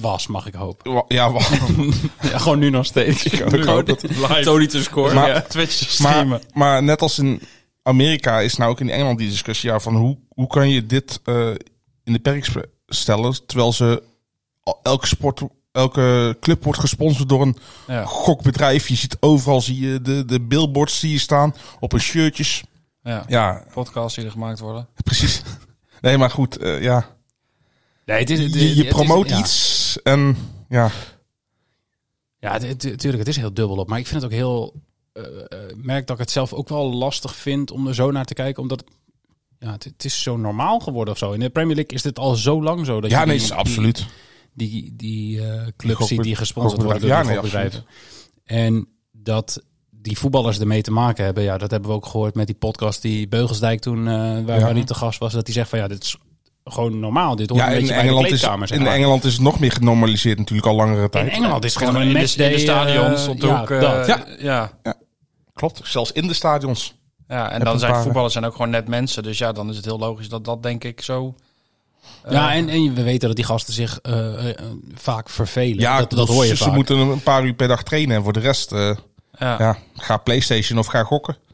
Was, mag ik hopen.
Wa- Ja, wa-
Ja, gewoon nu nog steeds.
ik hoop het.
Tony te scoren.
Maar-
ja.
Twitch
maar, maar net als in Amerika is nou ook in Engeland die discussie. Ja, van hoe, hoe kan je dit eh, in de perk sp- stellen... terwijl ze al- elke sport... Elke club wordt gesponsord door een
Ja.
gokbedrijf. Je ziet overal zie je de, de billboards die je staan op hun shirtjes.
Ja.
Ja,
Podcasts die er gemaakt worden.
Precies. Nee, maar goed, eh, ja.
Nee, het is- het-
Je, je
het is-
promoot
ja.
iets en ja.
Ja, het- het- tuurlijk, het is heel dubbel op. Maar ik vind het ook heel... eh, eh, merk dat ik het zelf ook wel lastig vind om er zo naar te kijken. Omdat het, ja, het, het is zo normaal geworden of zo. In de Premier League is dit al zo lang zo. Dat
Ja,
je
nee,
die-
is absoluut.
Die, die, die eh,
Die
clubs
gokbe-
ziet die gesponsord worden door
gokbedrijven.
die
Ja, nee,
gokbedrijven. En dat die voetballers ermee te maken hebben. Ja, dat hebben we ook gehoord met die podcast die Beugelsdijk toen... eh, waar
Ja.
waar hij te gast was. Dat hij zegt van ja, dit is gewoon normaal. Dit hoort
Ja,
een
in
beetje bij de
Engeland, is,
kleedkamer. zeg
in
maar.
Engeland is het nog meer genormaliseerd natuurlijk al langere tijd.
In Engeland is het gewoon
in
een
de,
matchday.
in de stadions,
eh,
op de
ja,
hoek. eh,
dat.
Ja.
ja.
Klopt, zelfs in de stadions.
Ja, en
Heb een
dan zijn
paar-
voetballers zijn ook gewoon net mensen. Dus ja, dan is het heel logisch dat dat denk ik zo... eh,
Ja, en, en we weten dat die gasten zich eh, eh, vaak vervelen.
Ja,
dat, dat hoor je
ze, ze
vaak.
moeten een paar uur per dag trainen en voor de rest eh,
ja.
ja, ga PlayStation of ga gokken.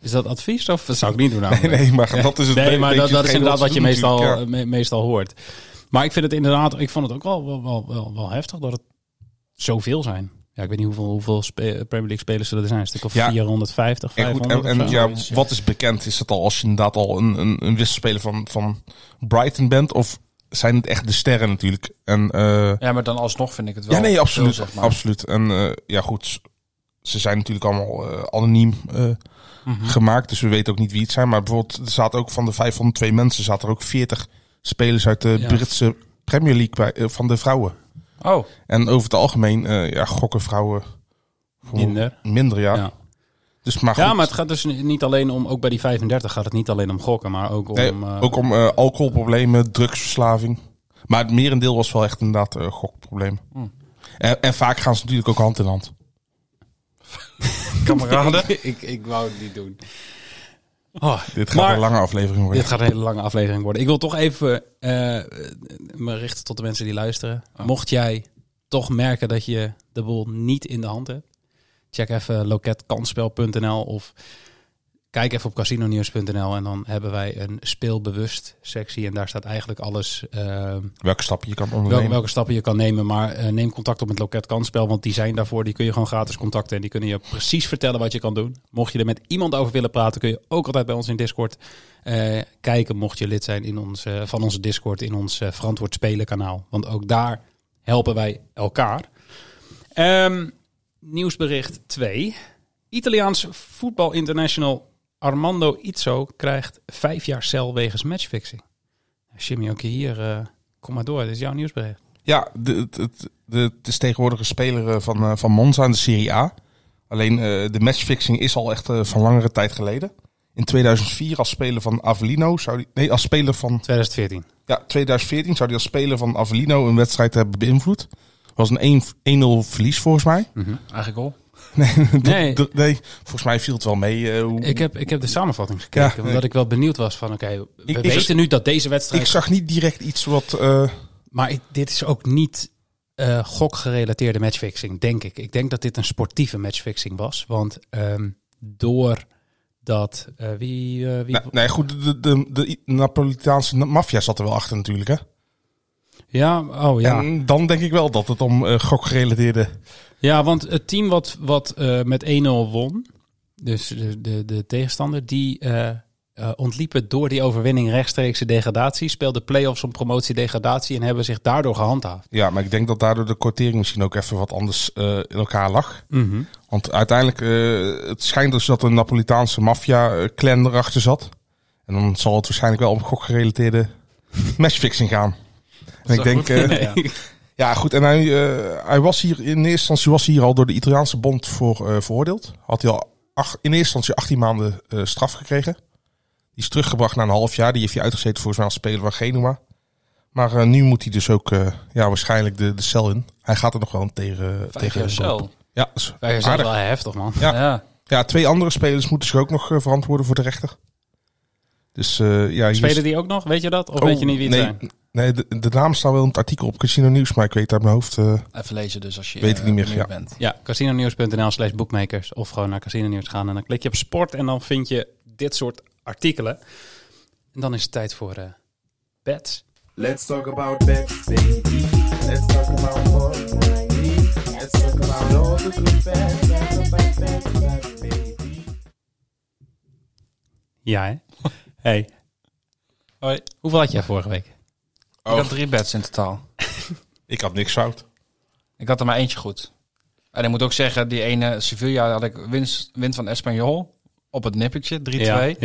Is dat advies of dat zou ik niet doen?
Nee,
namelijk?
nee, maar dat is het
Nee,
be-
maar
beetje
dat, dat is
hetgeen
inderdaad wat
ze
je
doen
meestal, eh,
natuurlijk, ja.
me- meestal hoort. Maar ik vind het inderdaad, ik vond het ook wel, wel, wel, wel, wel heftig dat het zoveel zijn. Ja, ik weet niet hoeveel, hoeveel spe- Premier League spelers er zijn. Een stuk of
Ja.
450,
Ja, goed,
500
en, en
eh, of zo.
ja, wat is bekend? Is dat al als je inderdaad al een, een, een wisselspeler van, van Brighton bent? Of zijn het echt de sterren natuurlijk? En eh,
Ja, maar dan alsnog vind ik het wel.
ja, nee, absoluut.
veel, zeg maar.
absoluut. En eh, ja, goed. Ze zijn natuurlijk allemaal eh, anoniem eh,
Mhm.
gemaakt. Dus we weten ook niet wie het zijn. Maar bijvoorbeeld, er zaten ook van de 502 mensen, zaten er ook 40 spelers uit de
Ja.
Britse Premier League bij, eh, van de vrouwen.
Oh,
En over het algemeen, eh, ja, gokken vrouwen voor-
Minder.
Minder, ja.
Ja.
Dus maar goed.
Ja, maar het gaat dus niet alleen om, ook bij die 35 gaat het niet alleen om gokken, maar ook om...
Nee,
eh,
ook om eh, alcoholproblemen, drugsverslaving. Maar het merendeel was wel echt inderdaad eh gokprobleem.
Mm.
En, en vaak gaan ze natuurlijk ook hand in hand.
kameraden.
ik, ik wou het niet doen. Oh,
Dit gaat
maar-
een lange aflevering worden.
Dit gaat een hele lange aflevering worden. Ik wil toch even eh, eh, me richten tot de mensen die luisteren. Mocht jij toch merken dat je de boel niet in de hand hebt, check even loketkansspel.nl of kijk even op casinonieuws.nl en dan hebben wij een speelbewust sectie en daar staat eigenlijk alles eh,
Welke stap je kan
welke,
ondernemen.
welke stappen je kan nemen. Maar eh, neem contact op met Loket Kansspel, want die zijn daarvoor. Die kun je gewoon gratis contacten en die kunnen je precies vertellen wat je kan doen. Mocht je er met iemand over willen praten, kun je ook altijd bij ons in Discord eh, kijken. Mocht je lid zijn in ons, eh, van onze Discord, in ons eh, Verantwoord Spelen kanaal. Want ook daar helpen wij elkaar. Ehm, nieuwsbericht 2. Italiaans voetbal international Armando Izzo krijgt vijf jaar cel wegens matchfixing. Jimmy, ook hier, eh, kom maar door. Dit is jouw nieuwsbericht.
Ja, de- het- het- de- het is tegenwoordig een speler eh, van, eh, van Monza in de Serie A. Alleen eh, de matchfixing is al echt eh, van langere tijd geleden. In 2004 als speler van Avellino zou die, nee, als speler van
2014.
Ja, 2014 zou hij als speler van Avellino een wedstrijd hebben beïnvloed. Was een 1 1-0 verlies volgens mij.
Eigenlijk al.
Nee.
D- nee, volgens mij viel het wel mee. eh, hoe-
Ik heb, ik heb de samenvatting gekeken,
Ja, nee.
omdat ik wel benieuwd was van... Oké, we
ik-
weten nu dat deze wedstrijd...
ik zag niet direct iets wat... eh,
maar ik- dit is ook niet eh, gokgerelateerde matchfixing, denk ik. Ik denk dat dit een sportieve matchfixing was. Want ehm door dat... eh, wie... eh, wie
nou, nee, goed, de, de, de Napolitaanse maffia zat er wel achter natuurlijk. Hè?
ja, oh ja.
En dan denk ik wel dat het om eh, gokgerelateerde...
Ja, want het team wat, wat eh, met 1-0 won, dus de, de, de tegenstander, die eh eh, ontliepen door die overwinning rechtstreekse degradatie, speelden play-offs om promotie-degradatie en hebben zich daardoor gehandhaafd.
Ja, maar ik denk dat daardoor de kortering misschien ook even wat anders eh, in elkaar lag. Want uiteindelijk, eh, het schijnt dus dat een Napolitaanse maffia-clan erachter zat. En dan zal het waarschijnlijk wel om gokgerelateerde matchfixing gaan. En ik denk, eh, ja. goed, en hij, eh, hij was hier in eerste instantie was hij hier al door de Italiaanse bond voor eh, veroordeeld. Had hij al acht, in eerste instantie 18 maanden eh, straf gekregen. Die is teruggebracht na een half jaar. Die heeft hij uitgezeten volgens mij als speler van Genua. Maar eh, nu moet hij dus ook eh, ja, waarschijnlijk de, de cel in. Hij gaat er nog wel tegen. eh,
Vijf
tegen
jaar cel.
Ja, dat is
Dat is
aardig.
wel heftig, man.
Ja.
Ja.
Ja, twee andere spelers moeten zich ook nog eh, verantwoorden voor de rechter. Dus eh ja, hier
Spelen
is-
die ook nog? Weet je dat? Of
Oh,
weet je niet wie het
nee,
zijn?
Nee, de, de naam staat wel in het artikel op Casino Nieuws, maar ik weet uit mijn hoofd. eh,
Even lezen dus als je
Weet ik
eh,
niet meer,
benieuwd
ja.
bent.
Ja, casinonieuws.nl slash bookmakers of gewoon naar casinonieuws gaan en dan klik je op sport en dan vind je dit soort artikelen. En dan is het tijd voor eh bets.
Let's talk about bets, baby. Let's talk about money. Let's talk about all the good bets and the bad bets, bad baby.
Ja, hè? Hey.
Hoi.
Hoeveel had jij vorige week?
Oh.
Ik had drie bets in totaal.
ik had niks fout.
Ik had er maar eentje goed. En ik moet ook zeggen, die ene Sevilla had ik winst, wint van Espanyol. Op het nippertje, 3-2.
Ja,
Ja.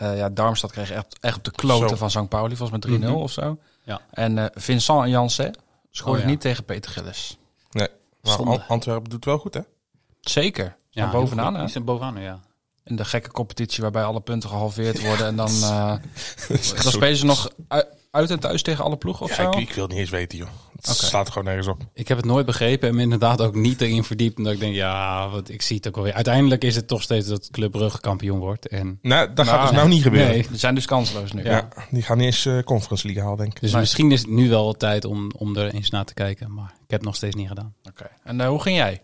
ja.
ja, Darmstad kreeg echt, echt op de kloten
Zo.
van St. Pauli, volgens mij 3-0
Mhm.
of zo.
Ja.
En eh, Vincent en Jansen scoorden
Oh, ja.
niet tegen Peter Gillis.
Maar
Zonde.
An- Antwerpen doet wel goed, hè?
Zeker. Ja,
heel
bovenaan.
goed.
hè?
Die staan bovenaan, nu, ja.
In de gekke competitie waarbij alle punten gehalveerd worden. En dan, eh, dan spelen ze nog u- uit en thuis tegen alle ploegen of
Ja,
zo.
ik, ik wil het niet eens weten, joh. Het
Oké.
slaat gewoon nergens op. Nou,
Ik heb het nooit begrepen en me inderdaad ook niet erin verdiept. Omdat ik denk, ja, wat, ik zie het ook alweer. Uiteindelijk is het toch steeds dat Club Brugge kampioen wordt. En,
Nou, dat gaat
Nou,
dus nou niet gebeuren.
nee.
Die zijn dus kansloos nu.
Ja. die gaan niet eens eh, Conference League halen, denk ik.
Dus
Nee.
misschien is het nu wel tijd om, om er eens naar te kijken. Maar ik heb het nog steeds niet gedaan.
Oké. En eh, hoe ging jij?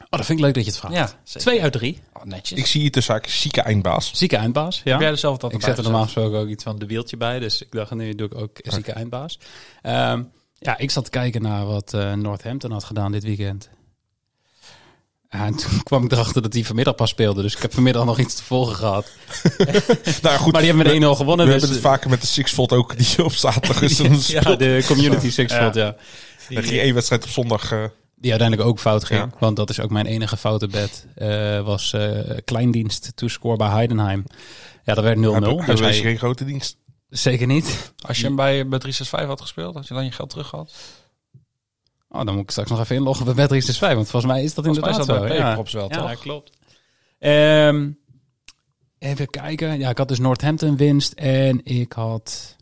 Oh, dat vind ik leuk dat je het vraagt.
Ja, zeker.
Twee uit drie.
Oh, netjes.
Ik zie hier tussen haakjes zieke eindbaas.
Zieke eindbaas. Ja.
Heb jij er zelf wat
ik
erbij
zet er normaal gesproken ook iets van de wieltje bij. Dus ik dacht, nu doe ik ook zieke eindbaas. Ehm, ja, ik zat te kijken naar wat eh, Northampton had gedaan dit weekend. En toen kwam ik erachter dat die vanmiddag pas speelde. Dus ik heb vanmiddag nog iets te volgen gehad.
Nou goed,
Maar die hebben
we,
met 1-0 gewonnen.
we
dus
hebben het vaker met de Sixfold ook, die op zaterdag is. Dan
ja, de community sixfold, ja.
Dan ging één wedstrijd op zondag. eh,
Die uiteindelijk ook fout ging.
Ja.
Want dat is ook mijn enige foute bed. eh, was eh, kleindienst toescore bij Heidenheim. Ja, dat werd 0-0.
hebben-
dus
hebben ze
hij-
geen grote dienst.
zeker niet.
Als je hem bij, bij 365 had gespeeld, had je dan je geld terug gehad?
Oh, dan moet ik straks nog even inloggen bij Bad365. Want volgens mij is dat
Volgens mij
inderdaad
is dat bij
zo. ja.
Props wel,
Ja,
toch?
klopt. Ehm, even kijken. Ja, ik had dus Northampton winst. En ik had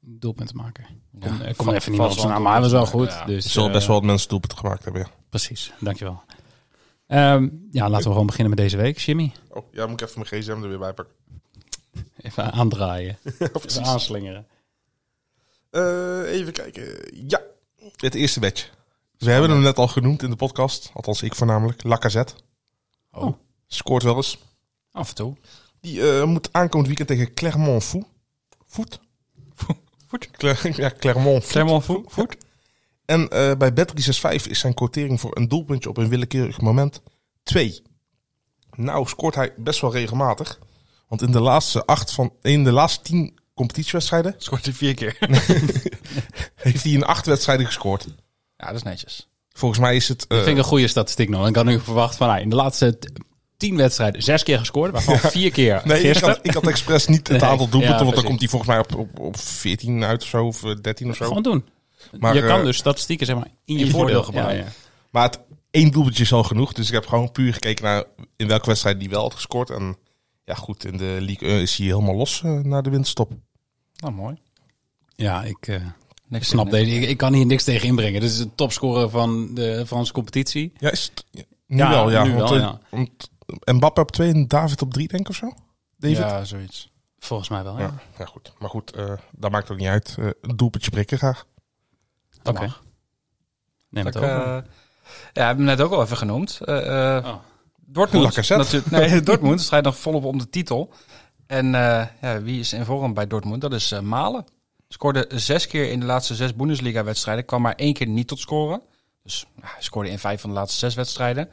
doelpunten maken. Kom, ik kom
vast-
even niet meer op
eh, vast
zijn naam,
wel
maar hij was wel goed.
doelpunten maken,
Dus,
Er zullen
eh,
best wel wat mensen doelpunt gemaakt hebben. ja.
Precies, dankjewel. Ehm ja, laten we gewoon beginnen met deze week, Jimmy.
Oh, ja, moet ik even mijn gsm er weer bij pakken.
Even aandraaien. Even
Precies.
aanslingeren.
Eh, even kijken. Ja, het eerste bedje. Dus we hebben hem net al genoemd in de podcast. Althans, ik voornamelijk. Lacazette.
Oh.
Scoort wel eens.
Af en toe.
Die eh, moet aankomend weekend tegen Clermont Fou. Voet? Voet? Cle- ja, Clermont Voet.
Clermont Fou- Voet.
En eh, bij Bet365 is zijn quotering voor een doelpuntje op een willekeurig moment 2. Nou scoort hij best wel regelmatig. Want in de laatste, acht van, in de laatste tien competitiewedstrijden
Scoort hij vier keer.
heeft hij in acht wedstrijden gescoord.
Ja, dat is netjes.
Volgens mij is het... eh,
Dat vind ik een goede statistiek nog. Ik had nu verwacht van nou, in de laatste t- tien wedstrijden zes keer gescoord. Waarvan vier keer
Nee, ik
gisteren.
had, ik had expres niet het
Nee,
aantal doelpunten,
ja,
want dan
precies.
komt hij volgens mij op, op, op 14 uit of zo, of eh, 13 of zo.
Gewoon doen.
Maar,
je kan
eh,
dus statistieken zeg maar, in je,
je voordeel
voordeel,
gebruiken.
Ja, ja.
Maar het één doelpuntje is al genoeg, dus ik heb gewoon puur gekeken naar in welke wedstrijd die wel had gescoord. En ja, goed, in de League 1 is hij helemaal los eh, na de winststop.
Nou, mooi.
Ja, ik eh,
Niks
snap
in-
deze. Ik, ik kan hier niks tegen inbrengen. Dit is een topscorer van de Franse competitie.
Ja, is het- ja, nu
Ja,
wel, ja.
nu
want,
wel,
eh,
ja.
want Mbappé op 2 en David op 3, denk ik of zo. David? Ja,
Ja, zoiets.
Volgens mij wel, ja.
ja goed. Maar goed, eh dat maakt ook niet uit. Eh, een doelpuntje prikken graag.
Oké.
mag.
Neem het
Ik,
over.
eh, ja, we hebben hem net ook al even genoemd. Eh, eh,
Oh.
Dortmund.
Lacazette.
Natuurlijk, nee, Dortmund strijdt nog volop om de titel. En eh, ja, wie is in vorm bij Dortmund? Dat is eh, Malen. Scoorde zes keer in de laatste zes Bundesliga-wedstrijden. Kwam maar één keer niet tot scoren. Dus ja, hij scoorde in vijf van de laatste zes wedstrijden.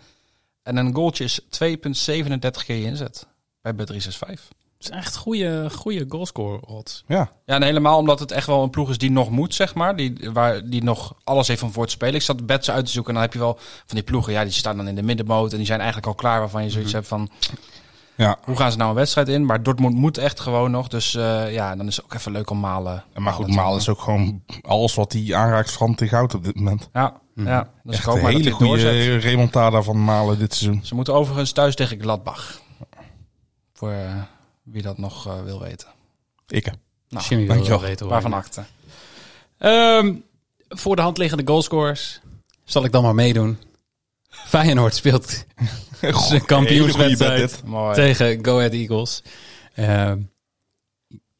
En een goaltje is 2,37 keer je inzet bij B365.
Het is echt goede, goede goalscore odds.
Ja,
Ja, en helemaal omdat het echt wel een ploeg is die nog moet, zeg maar. Die, waar, die nog alles heeft om voor te spelen. Ik zat bets uit te zoeken en dan heb je wel van die ploegen... ja, die staan dan in de middenmoot en die zijn eigenlijk al klaar... waarvan je zoiets hebt van,
ja.
hoe gaan ze nou een wedstrijd in? Maar Dortmund moet echt gewoon nog. Dus eh, ja, dan is het ook even leuk om Malen...
Maar goed, Maal is ook gewoon alles wat hij aanraakt veranderd in goud op dit moment.
Ja, ja. Dus ik
Echt
hoop
een
maar dat
hele
hij het doorzet.
goede remontada van Malen dit seizoen.
Ze moeten overigens thuis tegen Gladbach. Voor eh, wie dat nog eh, wil weten.
Ik. eh,
Nou,
Jimmy wil
dankjewel.
wel weten hoe
Waarvan
hij-
acte.
Ehm, voor de hand liggende goalscorers. Zal ik dan maar meedoen. Feyenoord speelt een kampioenswedstrijd.
Mooi.
tegen Go Ahead Eagles. Ehm,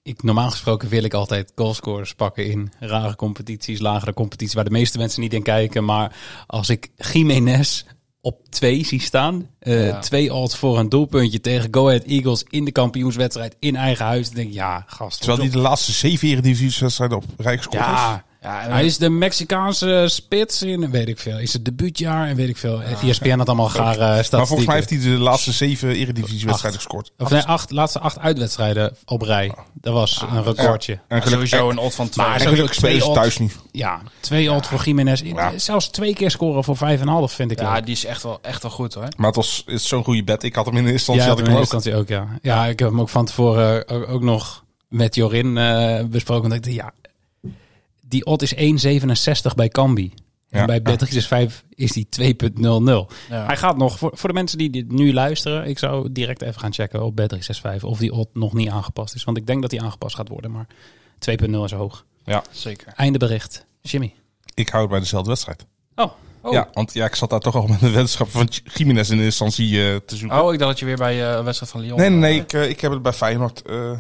ik, normaal gesproken wil ik altijd goalscorers pakken in rare competities, lagere competities, waar de meeste mensen niet in kijken. Maar als ik Jiménez op twee zie staan, eh,
Ja.
twee alt voor een doelpuntje tegen Go Ahead Eagles in de kampioenswedstrijd in eigen huis, dan denk ik, ja, gast.
Terwijl hij de laatste zeven eredivisiewedstrijden op Rijk scoort heeft.
ja,
Ja, en-
hij is de Mexicaanse spits in, weet ik veel, is het debuutjaar en weet ik veel. E ESPN had allemaal graag eh statistieken.
Maar volgens mij heeft hij de laatste zeven eredivisiewedstrijden gescoord.
Of nee, acht, laatste acht uitwedstrijden op rij.
Oh.
Dat was een recordje.
En gelukkig,
Sowieso een odd van twee.
Maar
en gelukkig spelen ze
twee
thuis nu.
Ja, twee alt voor Jiménez.
Ja.
Zelfs twee keer scoren voor vijf en een half vind ik
ja,
leuk.
die is echt wel, echt wel goed hoor.
Maar het was het is zo'n goede bet. Ik had hem in de eerste
Ja,
instantie.
in
had ik
eerste
hem ook.
instantie ook, ja. Ja, ik heb hem ook van tevoren eh, ook, ook nog met Jorin eh, besproken. Want ik dacht, ja, die odd is 1,67 bij Cambi.
Ja.
En bij Bettergis 5 is die 2.00.
Ja.
Hij gaat nog, voor, voor de mensen die dit nu luisteren, ik zou direct even gaan checken op Bet365 of die odd nog niet aangepast is. Want ik denk dat die aangepast gaat worden, maar 2.0 is hoog.
Zeker.
Einde bericht. Jimmy.
Ik hou het bij dezelfde wedstrijd.
Oh,
Ja, want ja, ik zat daar toch al met de weddenschap van Jiménez in de eerste instantie eh, te zoeken.
Oh, ik dacht dat je weer bij eh, een wedstrijd van
Oh.
Lyon.
Nee, nee,
eh,
nee, ik, eh, ik heb het bij Feyenoord. eh,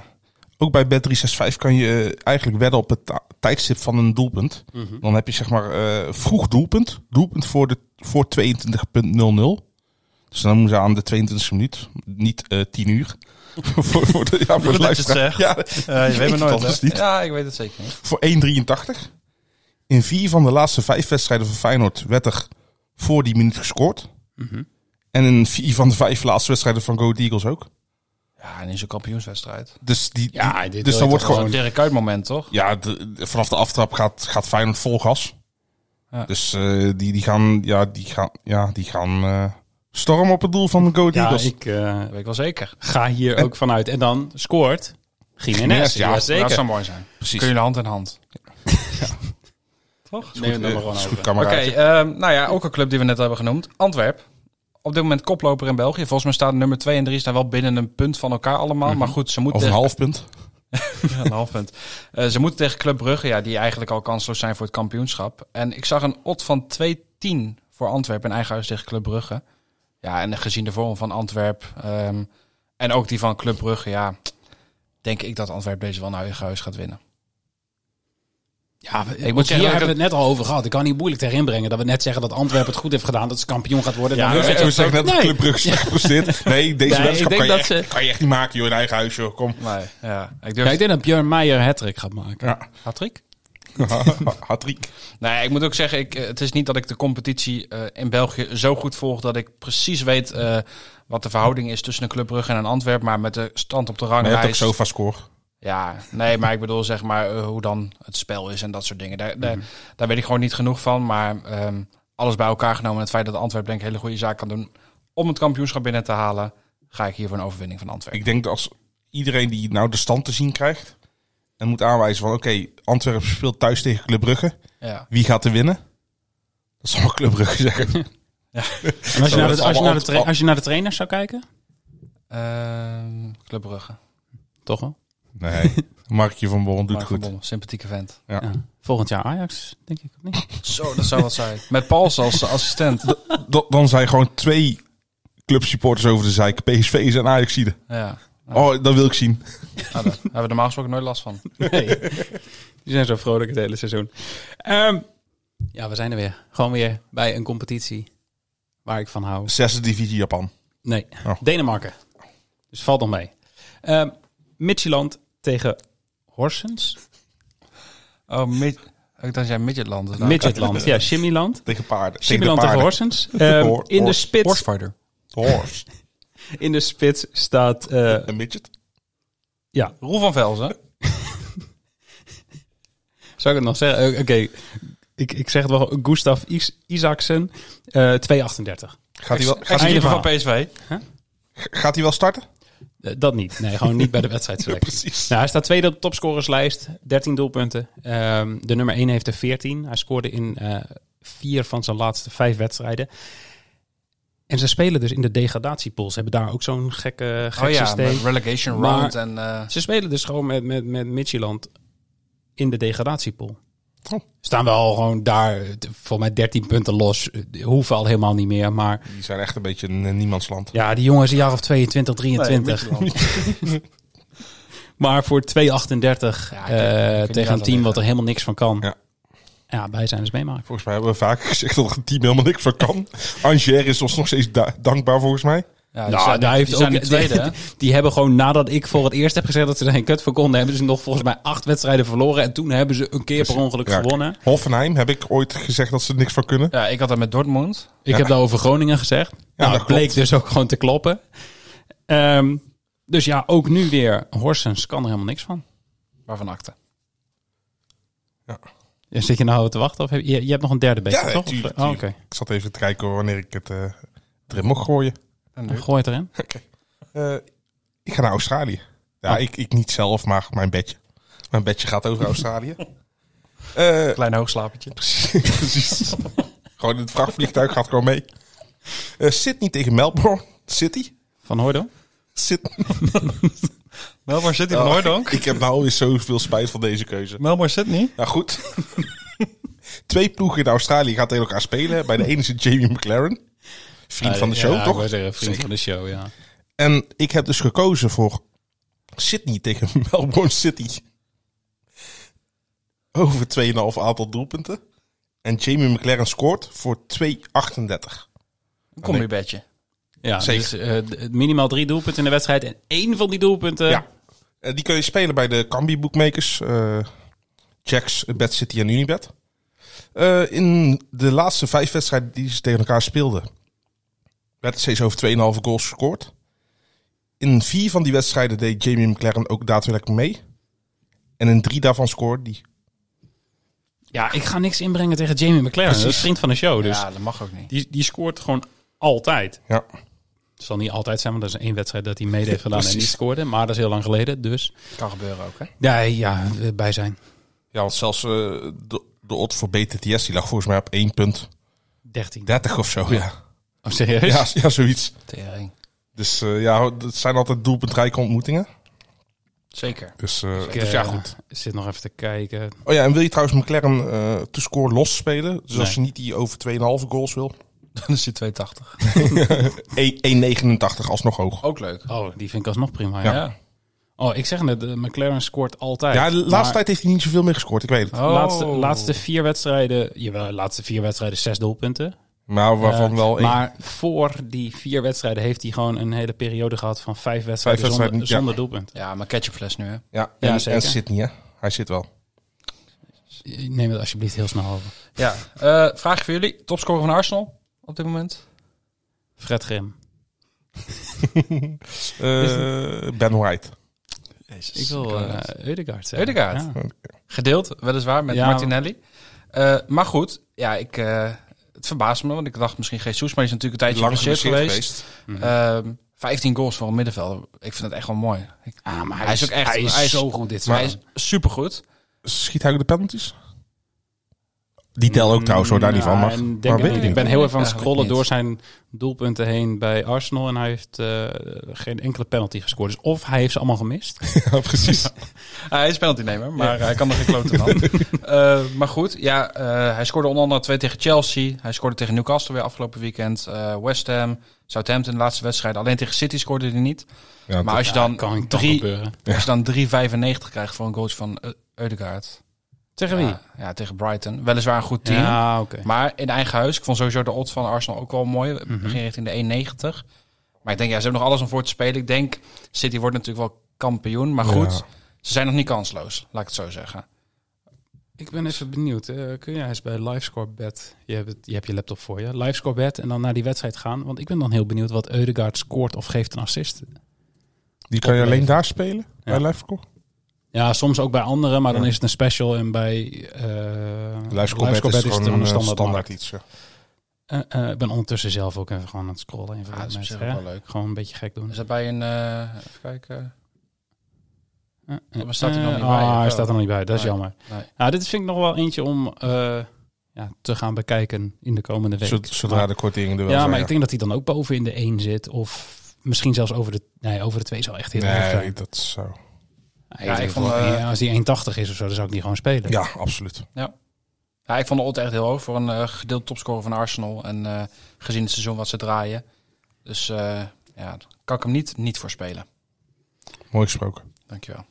ook bij Bet365 kan je eh, eigenlijk wedden op het ta- tijdstip van een doelpunt. Dan heb je zeg maar eh, vroeg doelpunt. Doelpunt voor, de, voor 22.00. Dus dan moeten ze aan de 22e minuut. Niet eh 10 uur. voor, voor de, ja, voor de
Goed dat je het
luisteraar.
zegt.
Ja,
Eh, je weet me
het
nooit.
anders
hè?
niet.
Ja, ik weet het zeker niet.
voor 1,83. In vier van de laatste vijf wedstrijden van Feyenoord werd er voor die minuut gescoord. En in vier van de vijf laatste wedstrijden van Go Ahead Eagles ook.
Ja, en in zo'n kampioenswedstrijd.
Dus, die,
Ja,
die-
dit wil
dus
je
dan
toch
wordt
Gewoon
gewoon
een Dirk Kuyt moment, toch?
ja, de- de- vanaf de aftrap gaat, gaat Feyenoord vol gas.
Ja.
Dus eh, die, die gaan, ja, die gaan, ja, die gaan eh, stormen op het doel van de Go Ahead
ja,
Eagles.
ik eh,
Dat weet ik wel zeker.
ga hier ook vanuit. En dan scoort Jiménez.
Jiménez, ja.
Ja,
Dat
zeker.
zou mooi zijn.
Precies.
Kun je de hand in hand.
Neem het dan maar
Eh,
gewoon
is
over.
goed,
Oké,
kameraad.
ehm, nou ja, ook een club die we net hebben genoemd. Antwerp. Op dit moment koploper in België. Volgens mij staan nummer 2 en 3 staan wel binnen een punt van elkaar allemaal. Maar goed, ze moeten
Mhm. Of een
eh,
tegen-
half punt.
Ja, een half punt. Eh, ze moeten tegen Club Brugge, ja, die eigenlijk al kansloos zijn voor het kampioenschap. En ik zag een odd van 2-10 voor Antwerpen in eigen huis tegen Club Brugge. Ja, en gezien de vorm van Antwerp ehm, en ook die van Club Brugge, ja. denk ik dat Antwerpen deze wel naar eigen huis gaat winnen.
Ja, we-
Ik moet
want hier
zeggen dat ik
hebben we het net al over gehad. Ik kan niet moeilijk tegen inbrengen dat we net zeggen dat Antwerpen het goed heeft gedaan. Dat ze kampioen gaat worden.
Ja,
Dan
maar-
is het-
we zeggen net dat
Nee.
Club Brugge slecht presteert. Nee,
Nee,
deze wedstrijd
ik
kan,
denk
je
dat
echt-
ze-
kan je echt niet maken, joh, in eigen huis, joh. Kom.
Nee, ja. Ik durf
Ja, ik denk dat Björn Meijer hattrick gaat maken.
Ja.
Hattrick?
Hattriek.
Nee, ik moet ook zeggen, ik, eh, het is niet dat ik de competitie eh, in België zo goed volg dat ik precies weet eh, wat de verhouding is tussen een Club Brugge en een Antwerp. Maar met de stand op de
Maar je hebt ook
ranglijst...
sofa score.
Ja, nee, maar ik bedoel zeg maar eh, hoe dan het spel is en dat soort dingen. Daar, daar, daar weet ik gewoon niet genoeg van. Maar ehm, alles bij elkaar genomen en het feit dat Antwerpen denk ik een hele goede zaak kan doen om het kampioenschap binnen te halen, ga ik hier voor een overwinning van Antwerpen.
Ik denk dat als iedereen die nou de stand te zien krijgt... en moet aanwijzen van... oké, Antwerpen speelt thuis tegen Club Brugge.
Ja.
Wie gaat er winnen? Dat zal wel Club Brugge zeggen.
En als je, naar
dat
de, als,
is
je naar de
allemaal-
tra- als je naar de trainers zou kijken,
Ehm Club Brugge.
toch wel?
Nee, Markje van Born doet
Mark van
goed.
Bommel, sympathieke vent.
Ja. Volgend jaar Ajax, denk ik. Of niet?
Zo, dat zou wat zijn. Met Pauls als eh, assistent.
Da- Dan zijn gewoon twee clubsupporters over de zeik. PSV's en Ajaxide.
Ja.
Oh, dat wil ik zien.
Nou, daar hebben we normaal gesproken nooit last van.
Nee. Die zijn zo vrolijk het hele seizoen. Ehm, ja, we zijn er weer. Gewoon weer bij een competitie waar ik van hou.
Zesde divisie Japan.
Nee,
Oh.
Denemarken. Dus valt nog mee. Ehm Midtjylland tegen Horsens.
Oh, mid... Ik dacht jij Midgetland. Dus nou-
Midgetland, ja, Shimmyland.
Tegen paarden.
Shimmyland tegen Horsens. Ehm,
Hoor-
in, de
Hors-
spits,
Horsefighter.
Horse.
in de spits staat eh,
Een midget.
Roel van Velzen.
Zou ik het nog zeggen? Eh, Oké, ik, ik zeg het wel. Gustav Is Isaacsen, eh 238.
Gaat hij wel, gaat hij,
Einde
Ex-keeper van
verhaal.
PSV.
gaat hij wel starten?
Eh, dat niet. Nee, gewoon niet bij de wedstrijdselectie.
Precies.
Nou, hij staat tweede op de topscorerslijst. 13 doelpunten. Ehm, de nummer 1 heeft er 14. Hij scoorde in eh, vier van zijn laatste vijf wedstrijden. En ze spelen dus in de degradatiepool. Ze hebben daar ook zo'n gekke, gek
Oh ja,
systeem.
met relegation
Maar-
round en... eh,
Ze spelen dus gewoon met, met, met Midtjylland in de degradatiepool.
Oh.
Staan we al gewoon daar, eh, t- volgens mij 13 punten los. Eh, Hoeven al helemaal niet meer. Maar
Die zijn echt een beetje een eh, niemandsland.
ja, die jongen is een jaar of 22,
nee,
23.
Midgetland.
maar voor 238
Ja, ik
eh,
denk- ik vind die
tegen een
laat
team
wel
wat er helemaal niks van kan.
Ja.
ja wij zijn dus meemaken.
Volgens mij hebben we vaak gezegd dat het team helemaal niks van kan. Angers is ons nog steeds da- dankbaar volgens mij.
Ja, die
Nou,
zijn,
daar heeft
die zijn
ook-
de tweede, hè?
die, die hebben gewoon nadat ik voor het eerst heb gezegd dat ze er geen kut voor konden, hebben ze nog volgens mij acht wedstrijden verloren. En toen hebben ze een keer per ongeluk
Ja.
gewonnen.
Hoffenheim heb ik ooit gezegd dat ze er niks van kunnen.
Ja, ik had dat met Dortmund.
Ik heb daar over Groningen gezegd. nou,
dat
dat bleek
klopt.
dus ook gewoon te kloppen. Ehm, dus ja, ook nu weer. Horsens kan er helemaal niks van.
Waarvan akte.
Ja, Zit je nou te wachten? Of heb je, je hebt nog een derde beker,
Ja,
toch? Of-
tuurlijk,
oh,
tuurlijk.
Oké,
Ik zat even te kijken wanneer ik het eh erin mocht gooien.
Dan Nou, gooi het erin.
Eh, ik ga naar Australië. Ja,
Oh.
ik, ik niet zelf, maar mijn bedje. Mijn bedje gaat over Australië. Eh,
Klein hoogslapertje.
Precies. gewoon het vrachtvliegtuig gaat gewoon mee. Eh Sydney tegen Melbourne City.
Van Hooydonk.
Sydney.
Melbourne City van Hooydonk.
Ik heb nou weer zoveel spijt van deze keuze.
Melbourne Sydney.
Nou goed. Twee ploegen in Australië gaan tegen elkaar spelen. Bij de ene zit Jamie McLaren. Vriend van de show,
ja,
toch?
Ik wou zeggen, vriend van de show, ja.
En ik heb dus gekozen voor Sydney tegen Melbourne City. Over 2,5 aantal doelpunten. En Jamie McLaren scoort voor 2,38.
Een combi-bedje.
ja
Zeker.
Dus, eh, d- minimaal drie doelpunten in de wedstrijd. En één van die doelpunten...
Ja. Eh, die kun je spelen bij de Cambi Bookmakers, eh Jacks, Bad City en Unibet. Eh, in de laatste vijf wedstrijden die ze tegen elkaar speelden, werd het steeds over 2,5 goals gescoord. In vier van die wedstrijden deed Jamie McLaren ook daadwerkelijk mee. En in drie daarvan scoorde die.
Ja, ik ga niks inbrengen tegen Jamie McLaren. Dat is vriend van de show, dus
Ja, dat mag ook niet.
die, die scoort gewoon altijd.
Ja.
Het zal niet altijd zijn, want dat is één wedstrijd dat hij meedeed gedaan en
Precies.
niet scoorde. Maar dat is heel lang geleden, dus...
Kan gebeuren ook, hè?
Ja, ja, bij zijn.
ja, want zelfs eh, de, de odd voor BTTS die lag volgens mij op
13.
1,30 of zo. Ja,
Oh, serieus?
ja, ja zoiets.
Tering.
Dus eh, ja, dat zijn altijd doelpuntrijke ontmoetingen.
Zeker.
Dus, eh,
Ik,
dus ja,
eh,
goed.
zit nog even te kijken.
Oh ja, en wil je trouwens McLaren eh to score los spelen? Dus
Nee.
als je niet die over 2,5 goals wil.
Dan is die 280.
1,89 alsnog hoog.
Ook leuk.
Oh, die vind ik alsnog prima. Ja.
Ja.
Oh, ik zeg net, eh, McLaren scoort altijd.
Ja, de laatste
Maar
tijd Oh. heeft hij niet zoveel meer gescoord, ik
Oh.
weet het.
de Laatste, laatste vier wedstrijden, jawel, de laatste vier wedstrijden zes doelpunten.
Nou, waarvan
Eh,
wel één.
Maar voor die vier wedstrijden heeft hij gewoon een hele periode gehad van vijf wedstrijden,
Vijf wedstrijden,
zonder,
ja.
zonder doelpunt.
Ja, maar ketchupfles nu, hè?
Ja,
Ja,
en,
zeker.
en Sydney, hè? Hij zit wel.
Eh, Neem het alsjeblieft heel snel over.
Ja. Eh vraag voor jullie. Topscorer van Arsenal op dit moment?
Fred Grim.
Eh, ben White.
Ik wil... eh,
eh Eudegaard zeggen.
Ødegaard.
Ja.
gedeeld, weliswaar, met
Ja.
Martinelli. Eh, maar goed, ja, ik, eh, het verbaast me, want ik dacht misschien Jesus, maar die is natuurlijk een tijdje
Lang
geblesseerd
geblesseerd
geweest.
geweest.
Ehm, 15 goals voor een middenvelder. Ik vind het echt wel mooi. Ik-
Ah, maar hij,
Hij is ook echt-
hij is,
hij is-
zo goed dit
hij
seizoen.
is supergoed.
Schiet hij ook de penalties? Die tel ook trouwens hoor, daar niet van.
Ja,
Maar,
en denk
maar
ik,
weet
niet.
ik
ik
niet.
ben heel even aan het
Eigenlijk
scrollen
niet.
door zijn doelpunten heen bij Arsenal. En hij heeft eh, geen enkele penalty gescoord. Dus of hij heeft ze allemaal gemist.
Ja, precies.
Ah, hij is penaltynemer, maar hij kan er geen kloten van. Eh, maar goed, ja, eh, hij scoorde onder andere twee tegen Chelsea. Hij scoorde tegen Newcastle weer afgelopen weekend. eh, West Ham, Southampton de laatste wedstrijd. Alleen tegen City scoorde hij niet.
Ja,
maar als je
Ja,
dan,
kan ik toch
drie,
gebeuren.
als je dan 3,95 krijgt voor een goal van eh, Ødegaard.
Tegen wie?
Ja, ja, tegen Brighton. Weliswaar een goed team.
Ja, oké.
Maar in eigen huis. Ik vond sowieso de odds van Arsenal ook wel mooi.
Mhm.
We beginnen richting de 1,90. Maar ik denk, ja, ze hebben nog alles om voor te spelen. Ik denk, City wordt natuurlijk wel kampioen. Maar goed, ze zijn nog niet kansloos. Laat ik het zo zeggen.
Ik ben even benieuwd. eh, kun jij eens bij LiveScoreBet, je hebt, het, je hebt je laptop voor je, LiveScoreBet en dan naar die wedstrijd gaan? Want ik ben dan heel benieuwd wat Eudegaard scoort of geeft een assist.
Die kan je
Opleven.
alleen daar spelen?
Ja.
Bij Liverpool?
Ja, soms ook bij anderen, maar dan is het een special en bij eh
Liverpool
LiveScoreBet
is gewoon een standaard,
markt.
iets. ja.
Eh, eh, ik ben ondertussen zelf ook even gewoon aan het scrollen. Even
Ah, dat is op
met,
zich
hè?
ook wel leuk.
Gewoon een beetje gek doen.
Is dat bij een... eh, even kijken.
Eh, eh,
Maar staat hij nog
eh,
niet bij,
ah,
of
hij
wel?
staat er nog niet bij, dat is
Nee,
jammer.
nee.
Nou, dit vind ik nog wel eentje om eh, ja, te gaan bekijken in de komende week.
Zod- Zodra
Maar-
de kortingen er wel
ja,
zijn.
maar ik denk dat hij dan ook boven in de 1 zit. Of misschien zelfs over de, nee, over de 2 zal echt heel erg
Nee,
zijn.
dat zou...
Hij
Ja,
heeft
ik
ook
vond,
wel-
eh,
ja, als hij 1,80 is of zo, dan zou ik die gewoon spelen.
Ja, absoluut.
Ja, ik vond de odd echt heel hoog voor een eh gedeeld topscorer van Arsenal. En eh, gezien het seizoen wat ze draaien. Dus eh, ja, kan ik hem niet, niet voor spelen.
Mooi gesproken.
Dankjewel.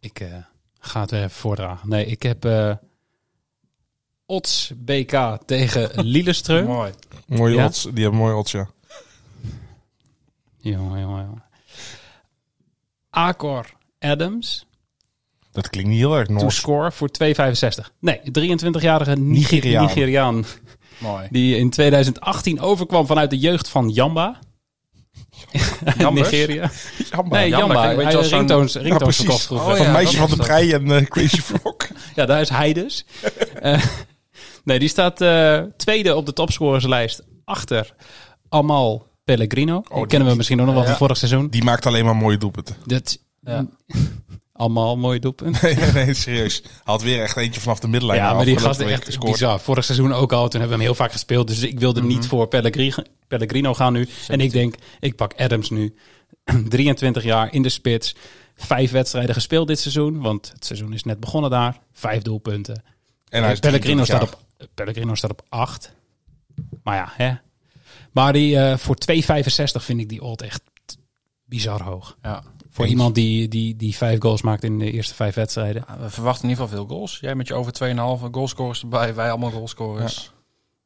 Ik eh, ga het weer even voordragen. Nee, ik heb eh Ots BK tegen Lillestrøm.
Mooi.
Mooie
Ja?
odds. Die hebben mooie odds, ja.
jongen, jongen, jongen. Acor Adams.
Dat klinkt niet heel erg
To
Noors.
score voor 2,65. Nee, 23-jarige Niger-
Nigeriaan.
Nigeriaan.
Mooi.
Die in 2018 overkwam vanuit de jeugd van Jamba. in
Jambers?
Nigeria.
Jammer.
Nee, Jamba.
Jamba klinkt een
Hij
beetje als zo'n-
ringtones,
ja,
ringtones verkocht
precies.
vroeger.
Oh,
van
ja,
Meisje
dat
van de
is dat.
Prei en eh, Crazy Frog.
Ja, daar is hij dus. Eh, nee, die staat eh, tweede op de topscorerslijst achter Amal Pellegrino. die kennen we misschien ook nog wel van vorig seizoen.
Die maakt alleen maar mooie doelpunten.
Dat,
Ja.
Amal, mooi doelpunt.
Nee, nee, nee, serieus. Had weer echt eentje vanaf de middenlijn.
ja,
de
maar die
afgelopen
gast is
week
echt bizar. Vorig seizoen ook al. Toen hebben we hem heel vaak gespeeld. Dus ik wilde niet voor Pellegri- Pellegrino gaan nu. En ik denk, ik pak Adams nu. 23 jaar in de spits. Vijf wedstrijden gespeeld dit seizoen. Want het seizoen is net begonnen daar. Vijf doelpunten.
En hij is
Pellegrino,
23
staat
jaar.
op, Pellegrino staat op 8. Maar ja, hè. Maar die, eh, voor 2,65 vind ik die odd echt bizar hoog.
Ja.
Voor iemand die, die, die vijf goals maakt in de eerste vijf wedstrijden.
Ja, We verwachten in ieder geval veel goals. Jij met je over 2,5 goalscorers erbij. Wij allemaal goalscorers.
Oh,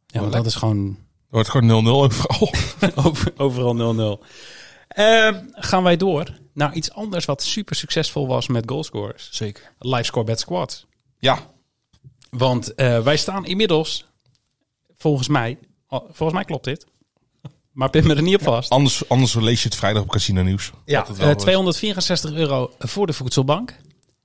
Ja, want dat is gewoon
Er wordt gewoon 0-0 overal.
over- overal 0-0. Ehm, gaan wij door naar iets anders wat super succesvol was met goalscorers.
Zeker.
Live score bet squads.
ja,
Want eh, wij staan inmiddels, volgens mij, oh, volgens mij klopt dit. Maar pin me er niet op vast.
anders, anders lees je het vrijdag op Casino Nieuws.
Ja,
Dat het
eh,
wel is.
264 euro voor de voedselbank.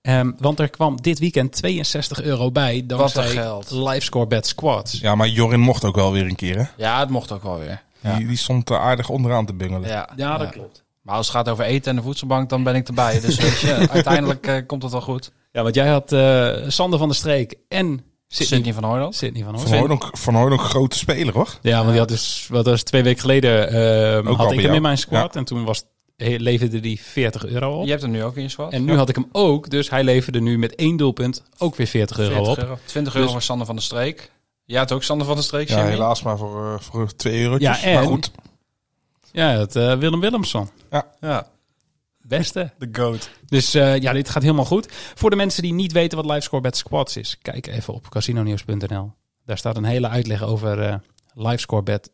Ehm, want er kwam dit weekend 62 euro bij
Wat een
dankzij
geld.
Livescore Bet Squads.
Ja, maar Jorin mocht ook wel weer een keer, hè?
Ja, het mocht ook wel weer.
Die, die stond eh, aardig onderaan te bungelen.
Ja,
Ja, dat
Ja.
klopt.
Maar als het gaat over eten en de voedselbank, dan ben ik erbij. Dus weet je, uiteindelijk eh, komt het wel goed.
Ja, want jij had eh, Sander van der Streek en Sydney,
Sydney van Hooydonk.
Sydney van
Van
Hoorn.
Hooydonk, van Hooydonk grote speler, hoor.
Ja, want die had dus, wat was het, twee weken geleden, ehm,
Ook al
had ik
bij
hem
jou.
in mijn squad. En toen was, he- leverde die 40 euro op.
Je hebt hem nu ook in je squad.
En nu had ik hem ook, dus hij leverde nu met één doelpunt ook weer 40 euro
40
op.
euro. 20 euro
Dus-
voor Sander van der Streek. Ja, het ook Sander van der Streek,
Ja,
Jimmy?
helaas maar voor, eh, voor 2 eurotjes.
Ja, en-
Maar goed,
Ja, dat eh, Willem Willemson.
Ja.
Beste.
De goat.
Dus eh, ja, dit gaat helemaal goed. Voor de mensen die niet weten wat Livescore Bet Squads is, kijk even op casinonews.nl. Daar staat een hele uitleg over eh Livescore Bet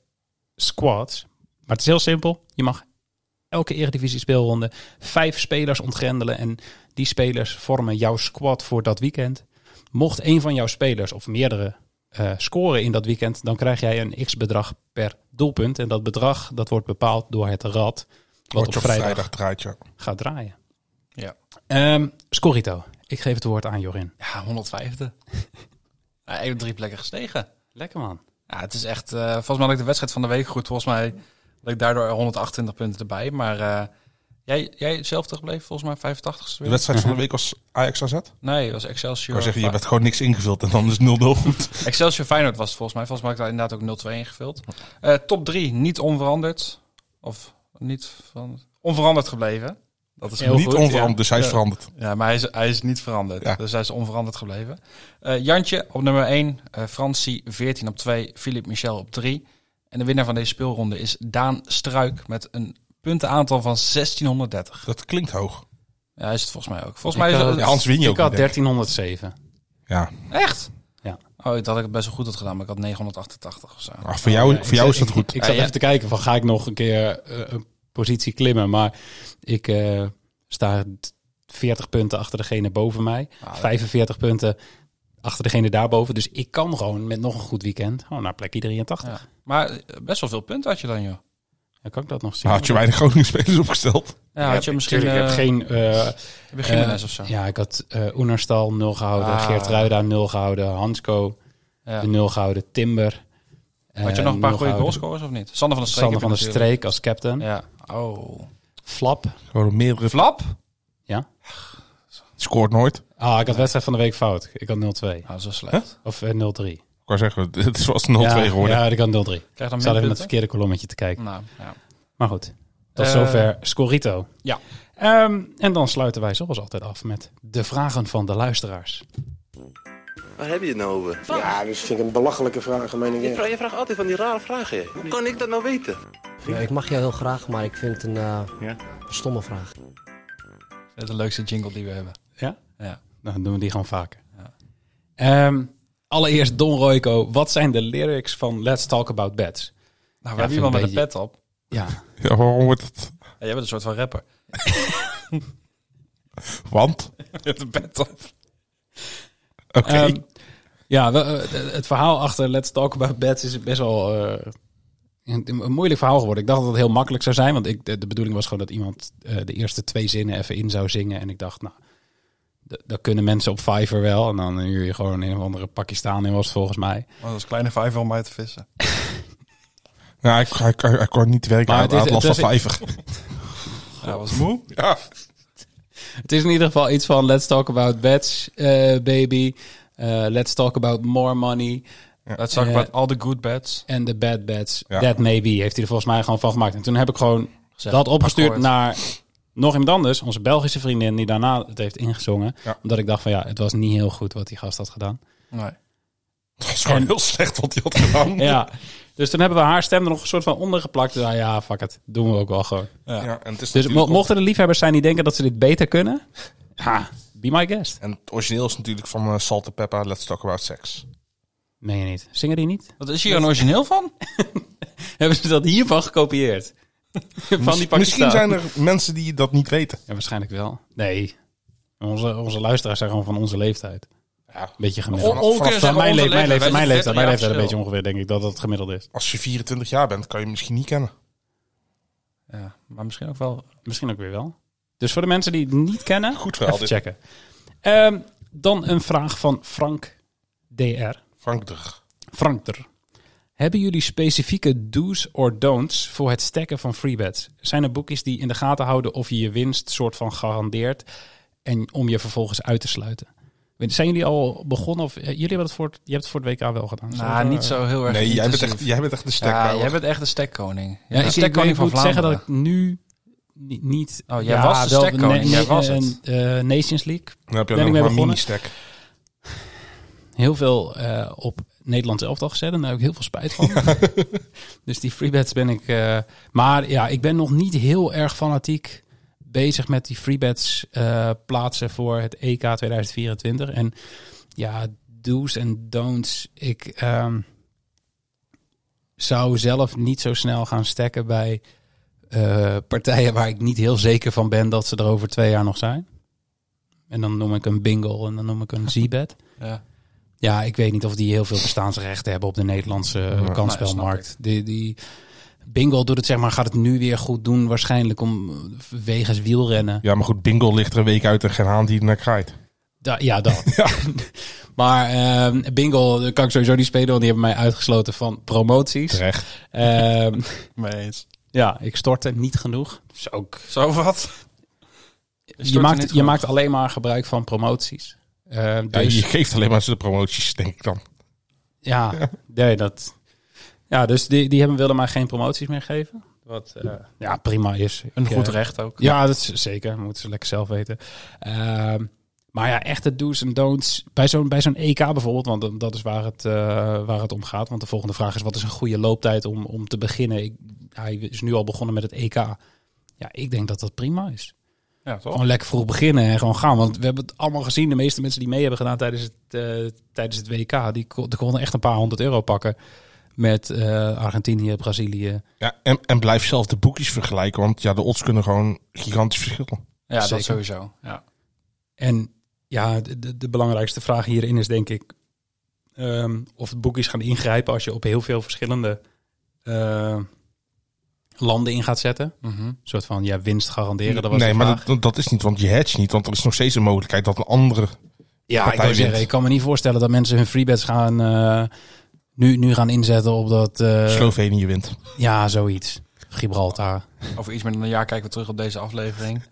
Squads. Maar het is heel simpel. Je mag elke eredivisie speelronde vijf spelers ontgrendelen. En die spelers vormen jouw squad voor dat weekend. Mocht een van jouw spelers of meerdere eh, scoren in dat weekend, dan krijg jij een x-bedrag per doelpunt. En dat bedrag dat wordt bepaald door het rad. Wat op
je
vrijdag
draait, ja.
gaat draaien.
Ja.
Ehm, Scorrito, ik geef het woord aan Jorin.
Ja, 105e. Ja, even drie plekken gestegen.
Lekker man.
Ja, het is echt... eh, volgens mij had ik de wedstrijd van de week goed. Volgens mij had ik daardoor 128 punten erbij. Maar eh, jij, jij hetzelfde gebleven, volgens mij 85
De wedstrijd van de week was Ajax AZ. Ik
Nee, het was Excelsior.
wou zeggen, je
Fi-
hebt gewoon niks ingevuld en dan is 0-0 goed.
Excelsior Feyenoord was het volgens mij. Volgens mij had ik daar inderdaad ook 0-2 ingevuld. Eh, top 3, niet onveranderd. Of niet van... Onveranderd gebleven. Dat is
Heel
Niet
goed,
onveranderd,
ja.
dus hij is
Ja.
veranderd.
Ja, maar hij is, hij is niet veranderd.
Ja.
Dus hij is onveranderd gebleven. Eh, Jantje op nummer 1, eh Francie 14 op 2, Philippe Michel op 3. En de winnaar van deze speelronde is Daan Struik met een puntenaantal van 1630.
Dat klinkt hoog.
Ja, hij is het volgens mij ook. Volgens
Ik
mij is
had-
het...
Ja, anders win je ook
Ik had
niet, denk ik.
1307.
Ja.
Echt?
Ja.
Oh, ik dacht dat ik het best wel goed had gedaan, maar ik had 988 of zo.
Maar voor jou,
Ja,
voor jou
ik-
is dat
ik-
goed.
Ik, ik zat
Ja, ja.
even te kijken van ga ik nog een keer eh, een positie klimmen. Maar ik eh, sta t- 40 punten achter degene boven mij. 45 punten achter degene daarboven. Dus ik kan gewoon met nog een goed weekend gewoon naar plekje 83.
Ja. Maar eh, best wel veel punten had je dan, joh.
Dan kan ik dat nog zien.
Nou, had je weinig Groningen spelers opgesteld.
Ja, had je misschien
Ik heb
eh,
geen... eh,
beginneres
eh,
of zo.
Ja, ik had eh Oenerstal 0 gehouden.
Ah.
Geert Ruida 0 gehouden. Hansco
Ja.
de nul gehouden Timber.
Had je
Eh,
nog een paar
nul
goede
gehouden
goalscorers of niet? Sander van der Streek.
Sander van der
heb je
Streek als captain.
natuurlijk. Ja. Oh.
Flap.
Gewoon meerdere...
Flap? Nou,
Scoort nooit. Ik
Ah, ik had wedstrijd van de week fout. Ik had 0-2.
Nou, zo slecht.
Of eh, 0-3.
wou zeggen, het is was 0-2
ja,
geworden.
Ja, ik had 0-3.
Krijg
Ik
dan
zat even
meer
met het
punten?
verkeerde kolommetje te kijken.
Nou, ja.
Maar goed, tot
Eh,
zover Scorito.
ja.
Ehm, en dan sluiten wij zoals altijd af met de vragen van de luisteraars.
Waar heb je het nou over?
Ja, dus vind ik een belachelijke vraag, meen ik.
Je
echt.
vraagt, je vraagt altijd van die rare vragen. hè. Hoe kan ik dat nou weten?
Ik mag jou heel graag, maar ik vind het een stomme vraag.
Dat is de leukste jingle die we hebben.
Ja?
Ja.
Nou, dan doen we die gewoon vaker. Ehm, allereerst Don Royco. Wat zijn de lyrics van Let's Talk About Bets?
Nou, we
vind
hebben iemand
ik
met een
een
pet op.
Ja,
Ja, waarom wordt het...
Ja, jij bent een soort van rapper.
Want?
Je hebt een pet op.
Oké.
Ehm, ja, we- eh, het verhaal achter Let's Talk About Bets is best wel eh, een, een moeilijk verhaal geworden. Ik dacht dat het heel makkelijk zou zijn, want ik, de, de bedoeling was gewoon dat iemand eh, de eerste twee zinnen even in zou zingen. En ik dacht, nou, d- dat kunnen mensen op Fiverr wel. En dan huur je gewoon een of andere Pakistan in was het volgens mij.
dat is kleine vijver om uit te vissen.
Ja, ik, ik, ik, ik kon niet werken.
Maar
Maar
het is-
het had last
het
van
is-
vijver.
Ja, was moe.
Ja.
Het is in ieder geval iets van Let's Talk About Bets, eh, baby. Eh, let's talk about more money
Dat zag ik
Eh,
bij all the good bets.
and the bad bets.
Ja.
That maybe heeft hij er volgens mij gewoon van gemaakt. En toen heb ik gewoon
Gezegd,
dat opgestuurd
akkoord.
naar nog iemand anders, onze Belgische vriendin, die daarna het heeft ingezongen.
Ja.
Omdat ik dacht van ja, het was niet heel goed wat die gast had gedaan.
Nee.
Dat is gewoon heel slecht wat hij had gedaan.
Ja. Dus toen hebben we haar stem er nog een soort van onder geplakt. Ja, ja, fuck het. Doen we ook wel gewoon.
Ja. en het is
Dus mo-
natuurlijk ook-
mochten er liefhebbers zijn die denken dat ze dit beter kunnen, ha, be my guest.
En het origineel is natuurlijk van eh, Salt and Pepper, Let's Talk About Sex.
Meen je niet? Zingen die niet?
Wat is hier een origineel van?
Hebben ze dat hiervan gekopieerd? Van die
Misschien
Pakistan.
zijn er mensen die dat niet weten.
Ja, waarschijnlijk wel. Nee. Onze, onze luisteraars zijn gewoon van onze leeftijd.
Ja.
Beetje gemiddeld.
O- ook kunnen
Van
zeggen
mijn,
onze
leef, mijn, leeftijd,
leeftijd.
mijn
Wij zijn
leeftijd, mijn
30 jaar
leeftijd een
verschil.
beetje ongeveer, denk ik, dat het gemiddeld is.
Als je 24 jaar bent, kan je hem misschien niet kennen.
Ja, maar misschien ook wel.
Misschien ook weer wel. Dus voor de mensen die het niet kennen,
Goed verhaal
even
dit.
checken. Ehm, dan een vraag van Frank DR.
Frank Drug.
Frank er. Hebben jullie specifieke do's or don'ts voor het stacken van freebets? Zijn er boekjes die in de gaten houden of je je winst soort van garandeert en om je vervolgens uit te sluiten? Zijn jullie al begonnen of eh, jullie hebben het voor het, je hebt het voor het WK wel gedaan?
Nou, niet zo heel erg.
Nee, jij bent,
intensief.
echt, jij bent echt de
Ja,
stekbouwer.
jij bent echt de stekkoning. Ja,
Ja,
de
ik, ik,
stekkoning
ik
van
moet zeggen dat
Vlaanderen.
ik nu ni- niet.
Oh, jij was de stekkoning, jij was het.
eh, Nations League.
Dan heb
Ben ik
je alleen
mee
nog maar
begonnen?
mini-stek.
Heel veel eh, op Nederlands elftal gezet. En daar heb ik heel veel spijt van. dus die freebets ben ik. eh, maar ja, ik ben nog niet heel erg fanatiek bezig met die freebets eh plaatsen voor het E EK 2024. En ja, do's en don'ts. Ik ehm, zou zelf niet zo snel gaan stekken bij eh, partijen waar ik niet heel zeker van ben dat ze er over twee jaar nog zijn. En dan noem ik een bingo en dan noem ik een Z-bet.
Ja.
Ja, ik weet niet of die heel veel bestaansrechten hebben op de Nederlandse eh,
Ja.
kansspelmarkt. die, die Bingo doet het zeg maar, gaat het nu weer goed doen waarschijnlijk om eh, wegens wielrennen.
Ja, maar goed, bingo ligt er een week uit en geen haan die er naar kraait.
Da- ja, dat. maar ehm, Bingo daar kan ik sowieso niet spelen, want die hebben mij uitgesloten van promoties.
Terecht.
Ehm,
Mee eens.
ja, ik stortte niet genoeg. Dus ook
Zo wat?
je maakt, je maakt alleen maar gebruik van promoties. Eh,
Ja,
dus,
je
ja,
geeft alleen maar ze de promoties, denk ik dan.
Nee, dat, ja, dus die, die hebben willen mij geen promoties meer geven. Wat eh, ja, prima is.
Een
Ik,
goed
eh,
recht ook.
Ja, dat is zeker. Moeten ze lekker zelf weten. Ehm, maar ja, echte do's en don'ts. Bij zo'n, bij zo'n EK bijvoorbeeld, want dan- dat is waar het, eh, waar het om gaat. Want de volgende vraag is, wat is een goede looptijd om, om te beginnen? Ik, hij is nu al begonnen met het EK. Ja, ik denk dat dat prima is.
Ja, toch?
Gewoon lekker vroeg beginnen en gewoon gaan. Want we hebben het allemaal gezien. De meeste mensen die mee hebben gedaan tijdens het, eh, tijdens het WK, die, kon- die konden echt een paar honderd euro pakken. Met eh, Argentinië, Brazilië.
Ja, en, en blijf zelf de boekjes vergelijken, want ja, de odds kunnen gewoon gigantisch verschillen.
Ja,
Zeker.
dat sowieso. Ja.
En ja, de, de, de belangrijkste vraag hierin is denk ik ehm, of de boekjes gaan ingrijpen als je op heel veel verschillende eh, landen in gaat zetten. Een soort van ja, winst garanderen. Mhm. Dat was
nee,
de
maar
vraag.
dat, dat is niet, want je hedge niet, want er is nog steeds een mogelijkheid dat een andere...
Ja, ik,
partij
wou zeggen,
wint.
ik kan me niet voorstellen dat mensen hun freebets gaan, eh, nu, nu gaan inzetten op dat... eh,
Slovenië wint.
Ja, zoiets. Gibraltar.
Over iets meer dan een jaar kijken we terug op deze aflevering.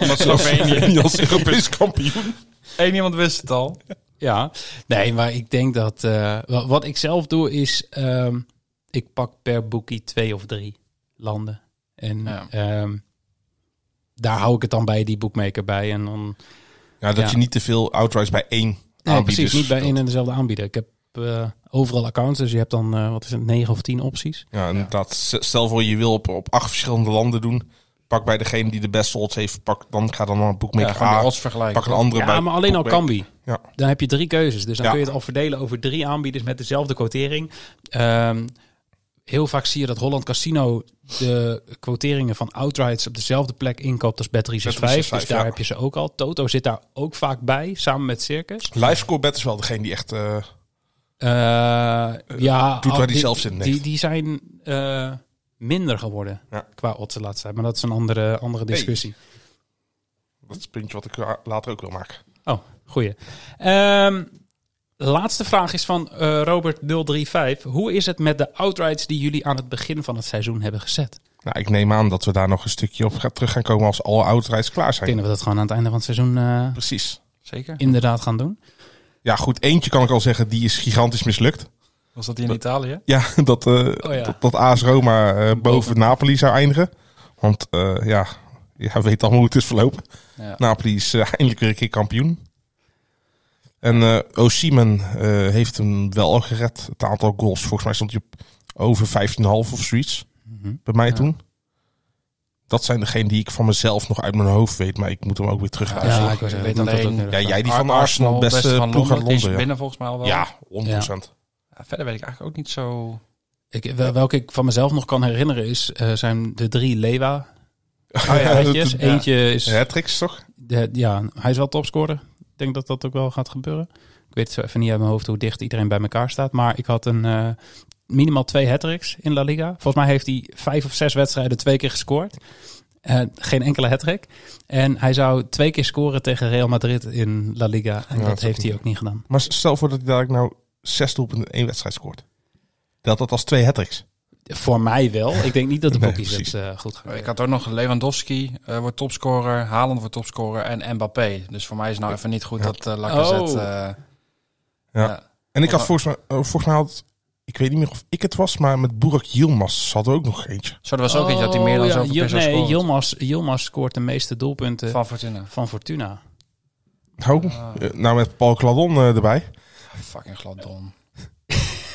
Omdat Slovenië als Europees kampioen.
Eén iemand wist het al.
Ja. Nee, maar ik denk dat... eh, wa- wat ik zelf doe is... ehm, ik pak per boekie twee of drie landen. En
Ja.
ehm, daar hou ik het dan bij die boekmaker bij. En dan...
Ja, dat
Ja.
je niet te veel outrights bij één
Nee,
aanbieders
precies. dus Niet bij
speelt.
één en dezelfde aanbieder. Ik heb eh, overal accounts. Dus je hebt dan, eh, wat is het, negen of tien opties.
Ja, inderdaad. S- Stel voor je wil op, op acht verschillende landen doen. Pak bij degene die de beste odds heeft. Pak, dan ga dan naar
Ja,
boekmaker
gewoon de
A.
odds vergelijken.
Ah, Pak een andere bij
Ja, maar alleen al
boekmaker-
Cambi.
Ja.
Dan heb je drie keuzes. Dus dan
Ja.
kun je het al verdelen over drie aanbieders met dezelfde quotering. Ehm, heel vaak zie je dat Holland Casino de quoteringen van outrights op dezelfde plek inkoopt als Bet 365. Dus
365,
daar
ja.
heb je ze ook al. Toto zit daar ook vaak bij, samen met Circus.
Livescore bet is wel degene die echt... eh,
Eh, ja,
doet waar
al-
die zelf zin in
Oh, Die,
heeft.
die zijn eh, minder geworden
Ja.
qua odds de laatste tijd. Maar dat is een andere, andere discussie.
dat is het puntje wat ik la- later ook wil maken.
Oh, goeie. Ehm, laatste vraag is van eh, Robert035. Hoe is het met de outrights die jullie aan het begin van het seizoen hebben gezet?
Nou, ik neem aan dat we daar nog een stukje op gaan, terug gaan komen als alle outrights klaar
Ik
zijn.
denk dat we dat gewoon aan het einde van het seizoen eh,
Precies.
Zeker.
inderdaad gaan doen.
Ja, goed. Eentje kan ik al zeggen, die is gigantisch mislukt.
Was dat die in Italië?
Ja, dat, eh,
ja.
dat, dat AS Roma eh, boven Napoli zou eindigen. Want eh, ja, ja, weet allemaal hoe het is verlopen.
Ja.
Napoli is eh, eindelijk weer een keer kampioen. En eh Osimhen eh, heeft hem wel al gered. Het aantal goals, volgens mij stond hij op over 15,5 of zoiets. Bij mij toen. Dat zijn degenen die ik van mezelf nog uit mijn hoofd weet. Maar ik moet hem ook weer terug gaan
Ja,
zoeken.
ik wou zeggen,
weet
dat dat
alleen-
ook weer-
Ja, jij die van Arsenal, beste
beste van
ploeg
Londen.
uit
Die is
Londen. ja.
binnen volgens mij al wel.
Ja, 100%.
Ja, Verder weet ik eigenlijk ook niet zo...
Ik, wel- welke ik van mezelf nog kan herinneren is, eh, zijn de drie Lewa. Oh
ja,
uitjes.
dat-
Eentje is,
Ja, tricks toch?
de, ja, hij is wel topscorer. Ik denk dat dat ook wel gaat gebeuren. Ik weet zo even niet uit mijn hoofd hoe dicht iedereen bij elkaar staat. Maar ik had een eh, minimaal twee hat in La Liga. Volgens mij heeft hij vijf of zes wedstrijden twee keer gescoord. Eh, geen enkele hat En hij zou twee keer scoren tegen Real Madrid in La Liga. En
Ja,
dat
dat
heeft
is
hij
ook-
ook niet gedaan.
Maar stel voor dat hij dadelijk nou zes doelpunten in één wedstrijd scoort. Dat dat als twee hat
Voor mij wel. Ik denk niet dat de
Nee,
boekjes
precies.
het eh, goed gaan
Ik had ook nog Lewandowski eh, wordt topscorer, Haaland wordt topscorer en Mbappé. Dus voor mij is nou even niet goed dat eh Lacazette...
Oh.
eh,
Ja.
ja.
En ik had volgens mij, eh, volgens mij had, ik weet niet meer of ik het was, maar met Burak Yilmaz hadden we ook nog eentje.
Zo, er was ook eentje dat hij meer dan
Oh, ja,
zoveel keer
Jil-
zou
Nee,
scoren.
Yilmaz, Yilmaz scoort de meeste doelpunten van,
Van Fortuna. Ah,
Fortuna.
Nou, eh, nou met Paul Cladon eh, erbij.
Fucking gladdon.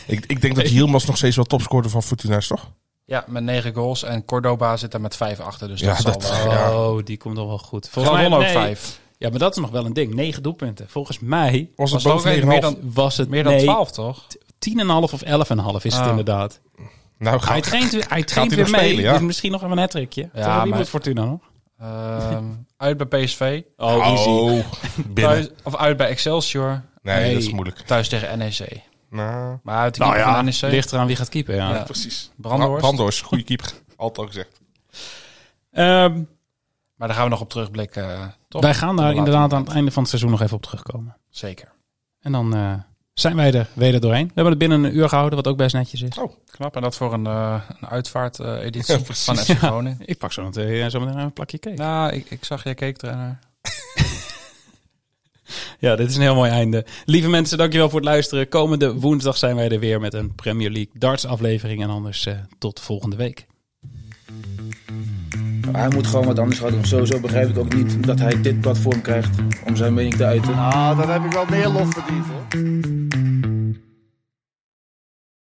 Ik, ik denk dat Yilmaz nog steeds wel topscorer van Fortuna is, toch?
Ja, met negen goals. En Cordoba zit daar met vijf achter. Dus
Ja,
dat,
dat-
zal wel.
Ja.
Oh, die komt nog wel goed.
Gladon ook
nee.
vijf.
Ja, maar dat is nog wel een ding. Negen doelpunten. Volgens mij
Was het
Was het ook
boven 9,5?
meer dan-
was het
Meer dan
nee,
twaalf, toch?
10,5 of 11,5 is het
Ah.
inderdaad.
Nou,
Hij
gaat,
traint, hij traint
hij
weer
nog
mee.
spelen, ja?
Dus misschien nog even een hattrickje. Ja, Wie
maar-
moet Fortuna nog?
Ehm, uit bij PSV.
Oh,
Oh, binnen.
Thuis, of uit bij Excelsior.
Nee,
Nee.
dat is moeilijk.
Thuis tegen NEC.
Nou,
Maar uit de keeper van E NEC.
Ligt eraan wie gaat keeper, ja.
Ja.
precies.
Brandhorst.
Brandhorst, goede keeper. Altijd al gezegd.
Ehm,
Maar daar gaan we nog op terugblikken. eh, Toch?
wij gaan daar
Later.
inderdaad aan het einde van het seizoen nog even op terugkomen.
Zeker.
En dan eh, zijn wij er weder doorheen. We hebben het binnen een uur gehouden, wat ook best netjes is.
Knap. En dat voor een, eh, een uitvaarteditie
Oh, Ja, precies.
van FC Groningen.
Ik pak zo meteen, eh, zo meteen een plakje cake.
Nou, ik, ik zag jij keek ernaar.
Ja, dit is een heel mooi einde. Lieve mensen, dankjewel voor het luisteren. Komende woensdag zijn wij er weer met een Premier League darts aflevering. En anders eh, tot volgende week.
Hij moet gewoon wat anders gaan doen. Sowieso begrijp ik ook niet dat hij dit platform krijgt om zijn mening te uiten.
Ah, dan heb ik wel meer lof verdiend hoor.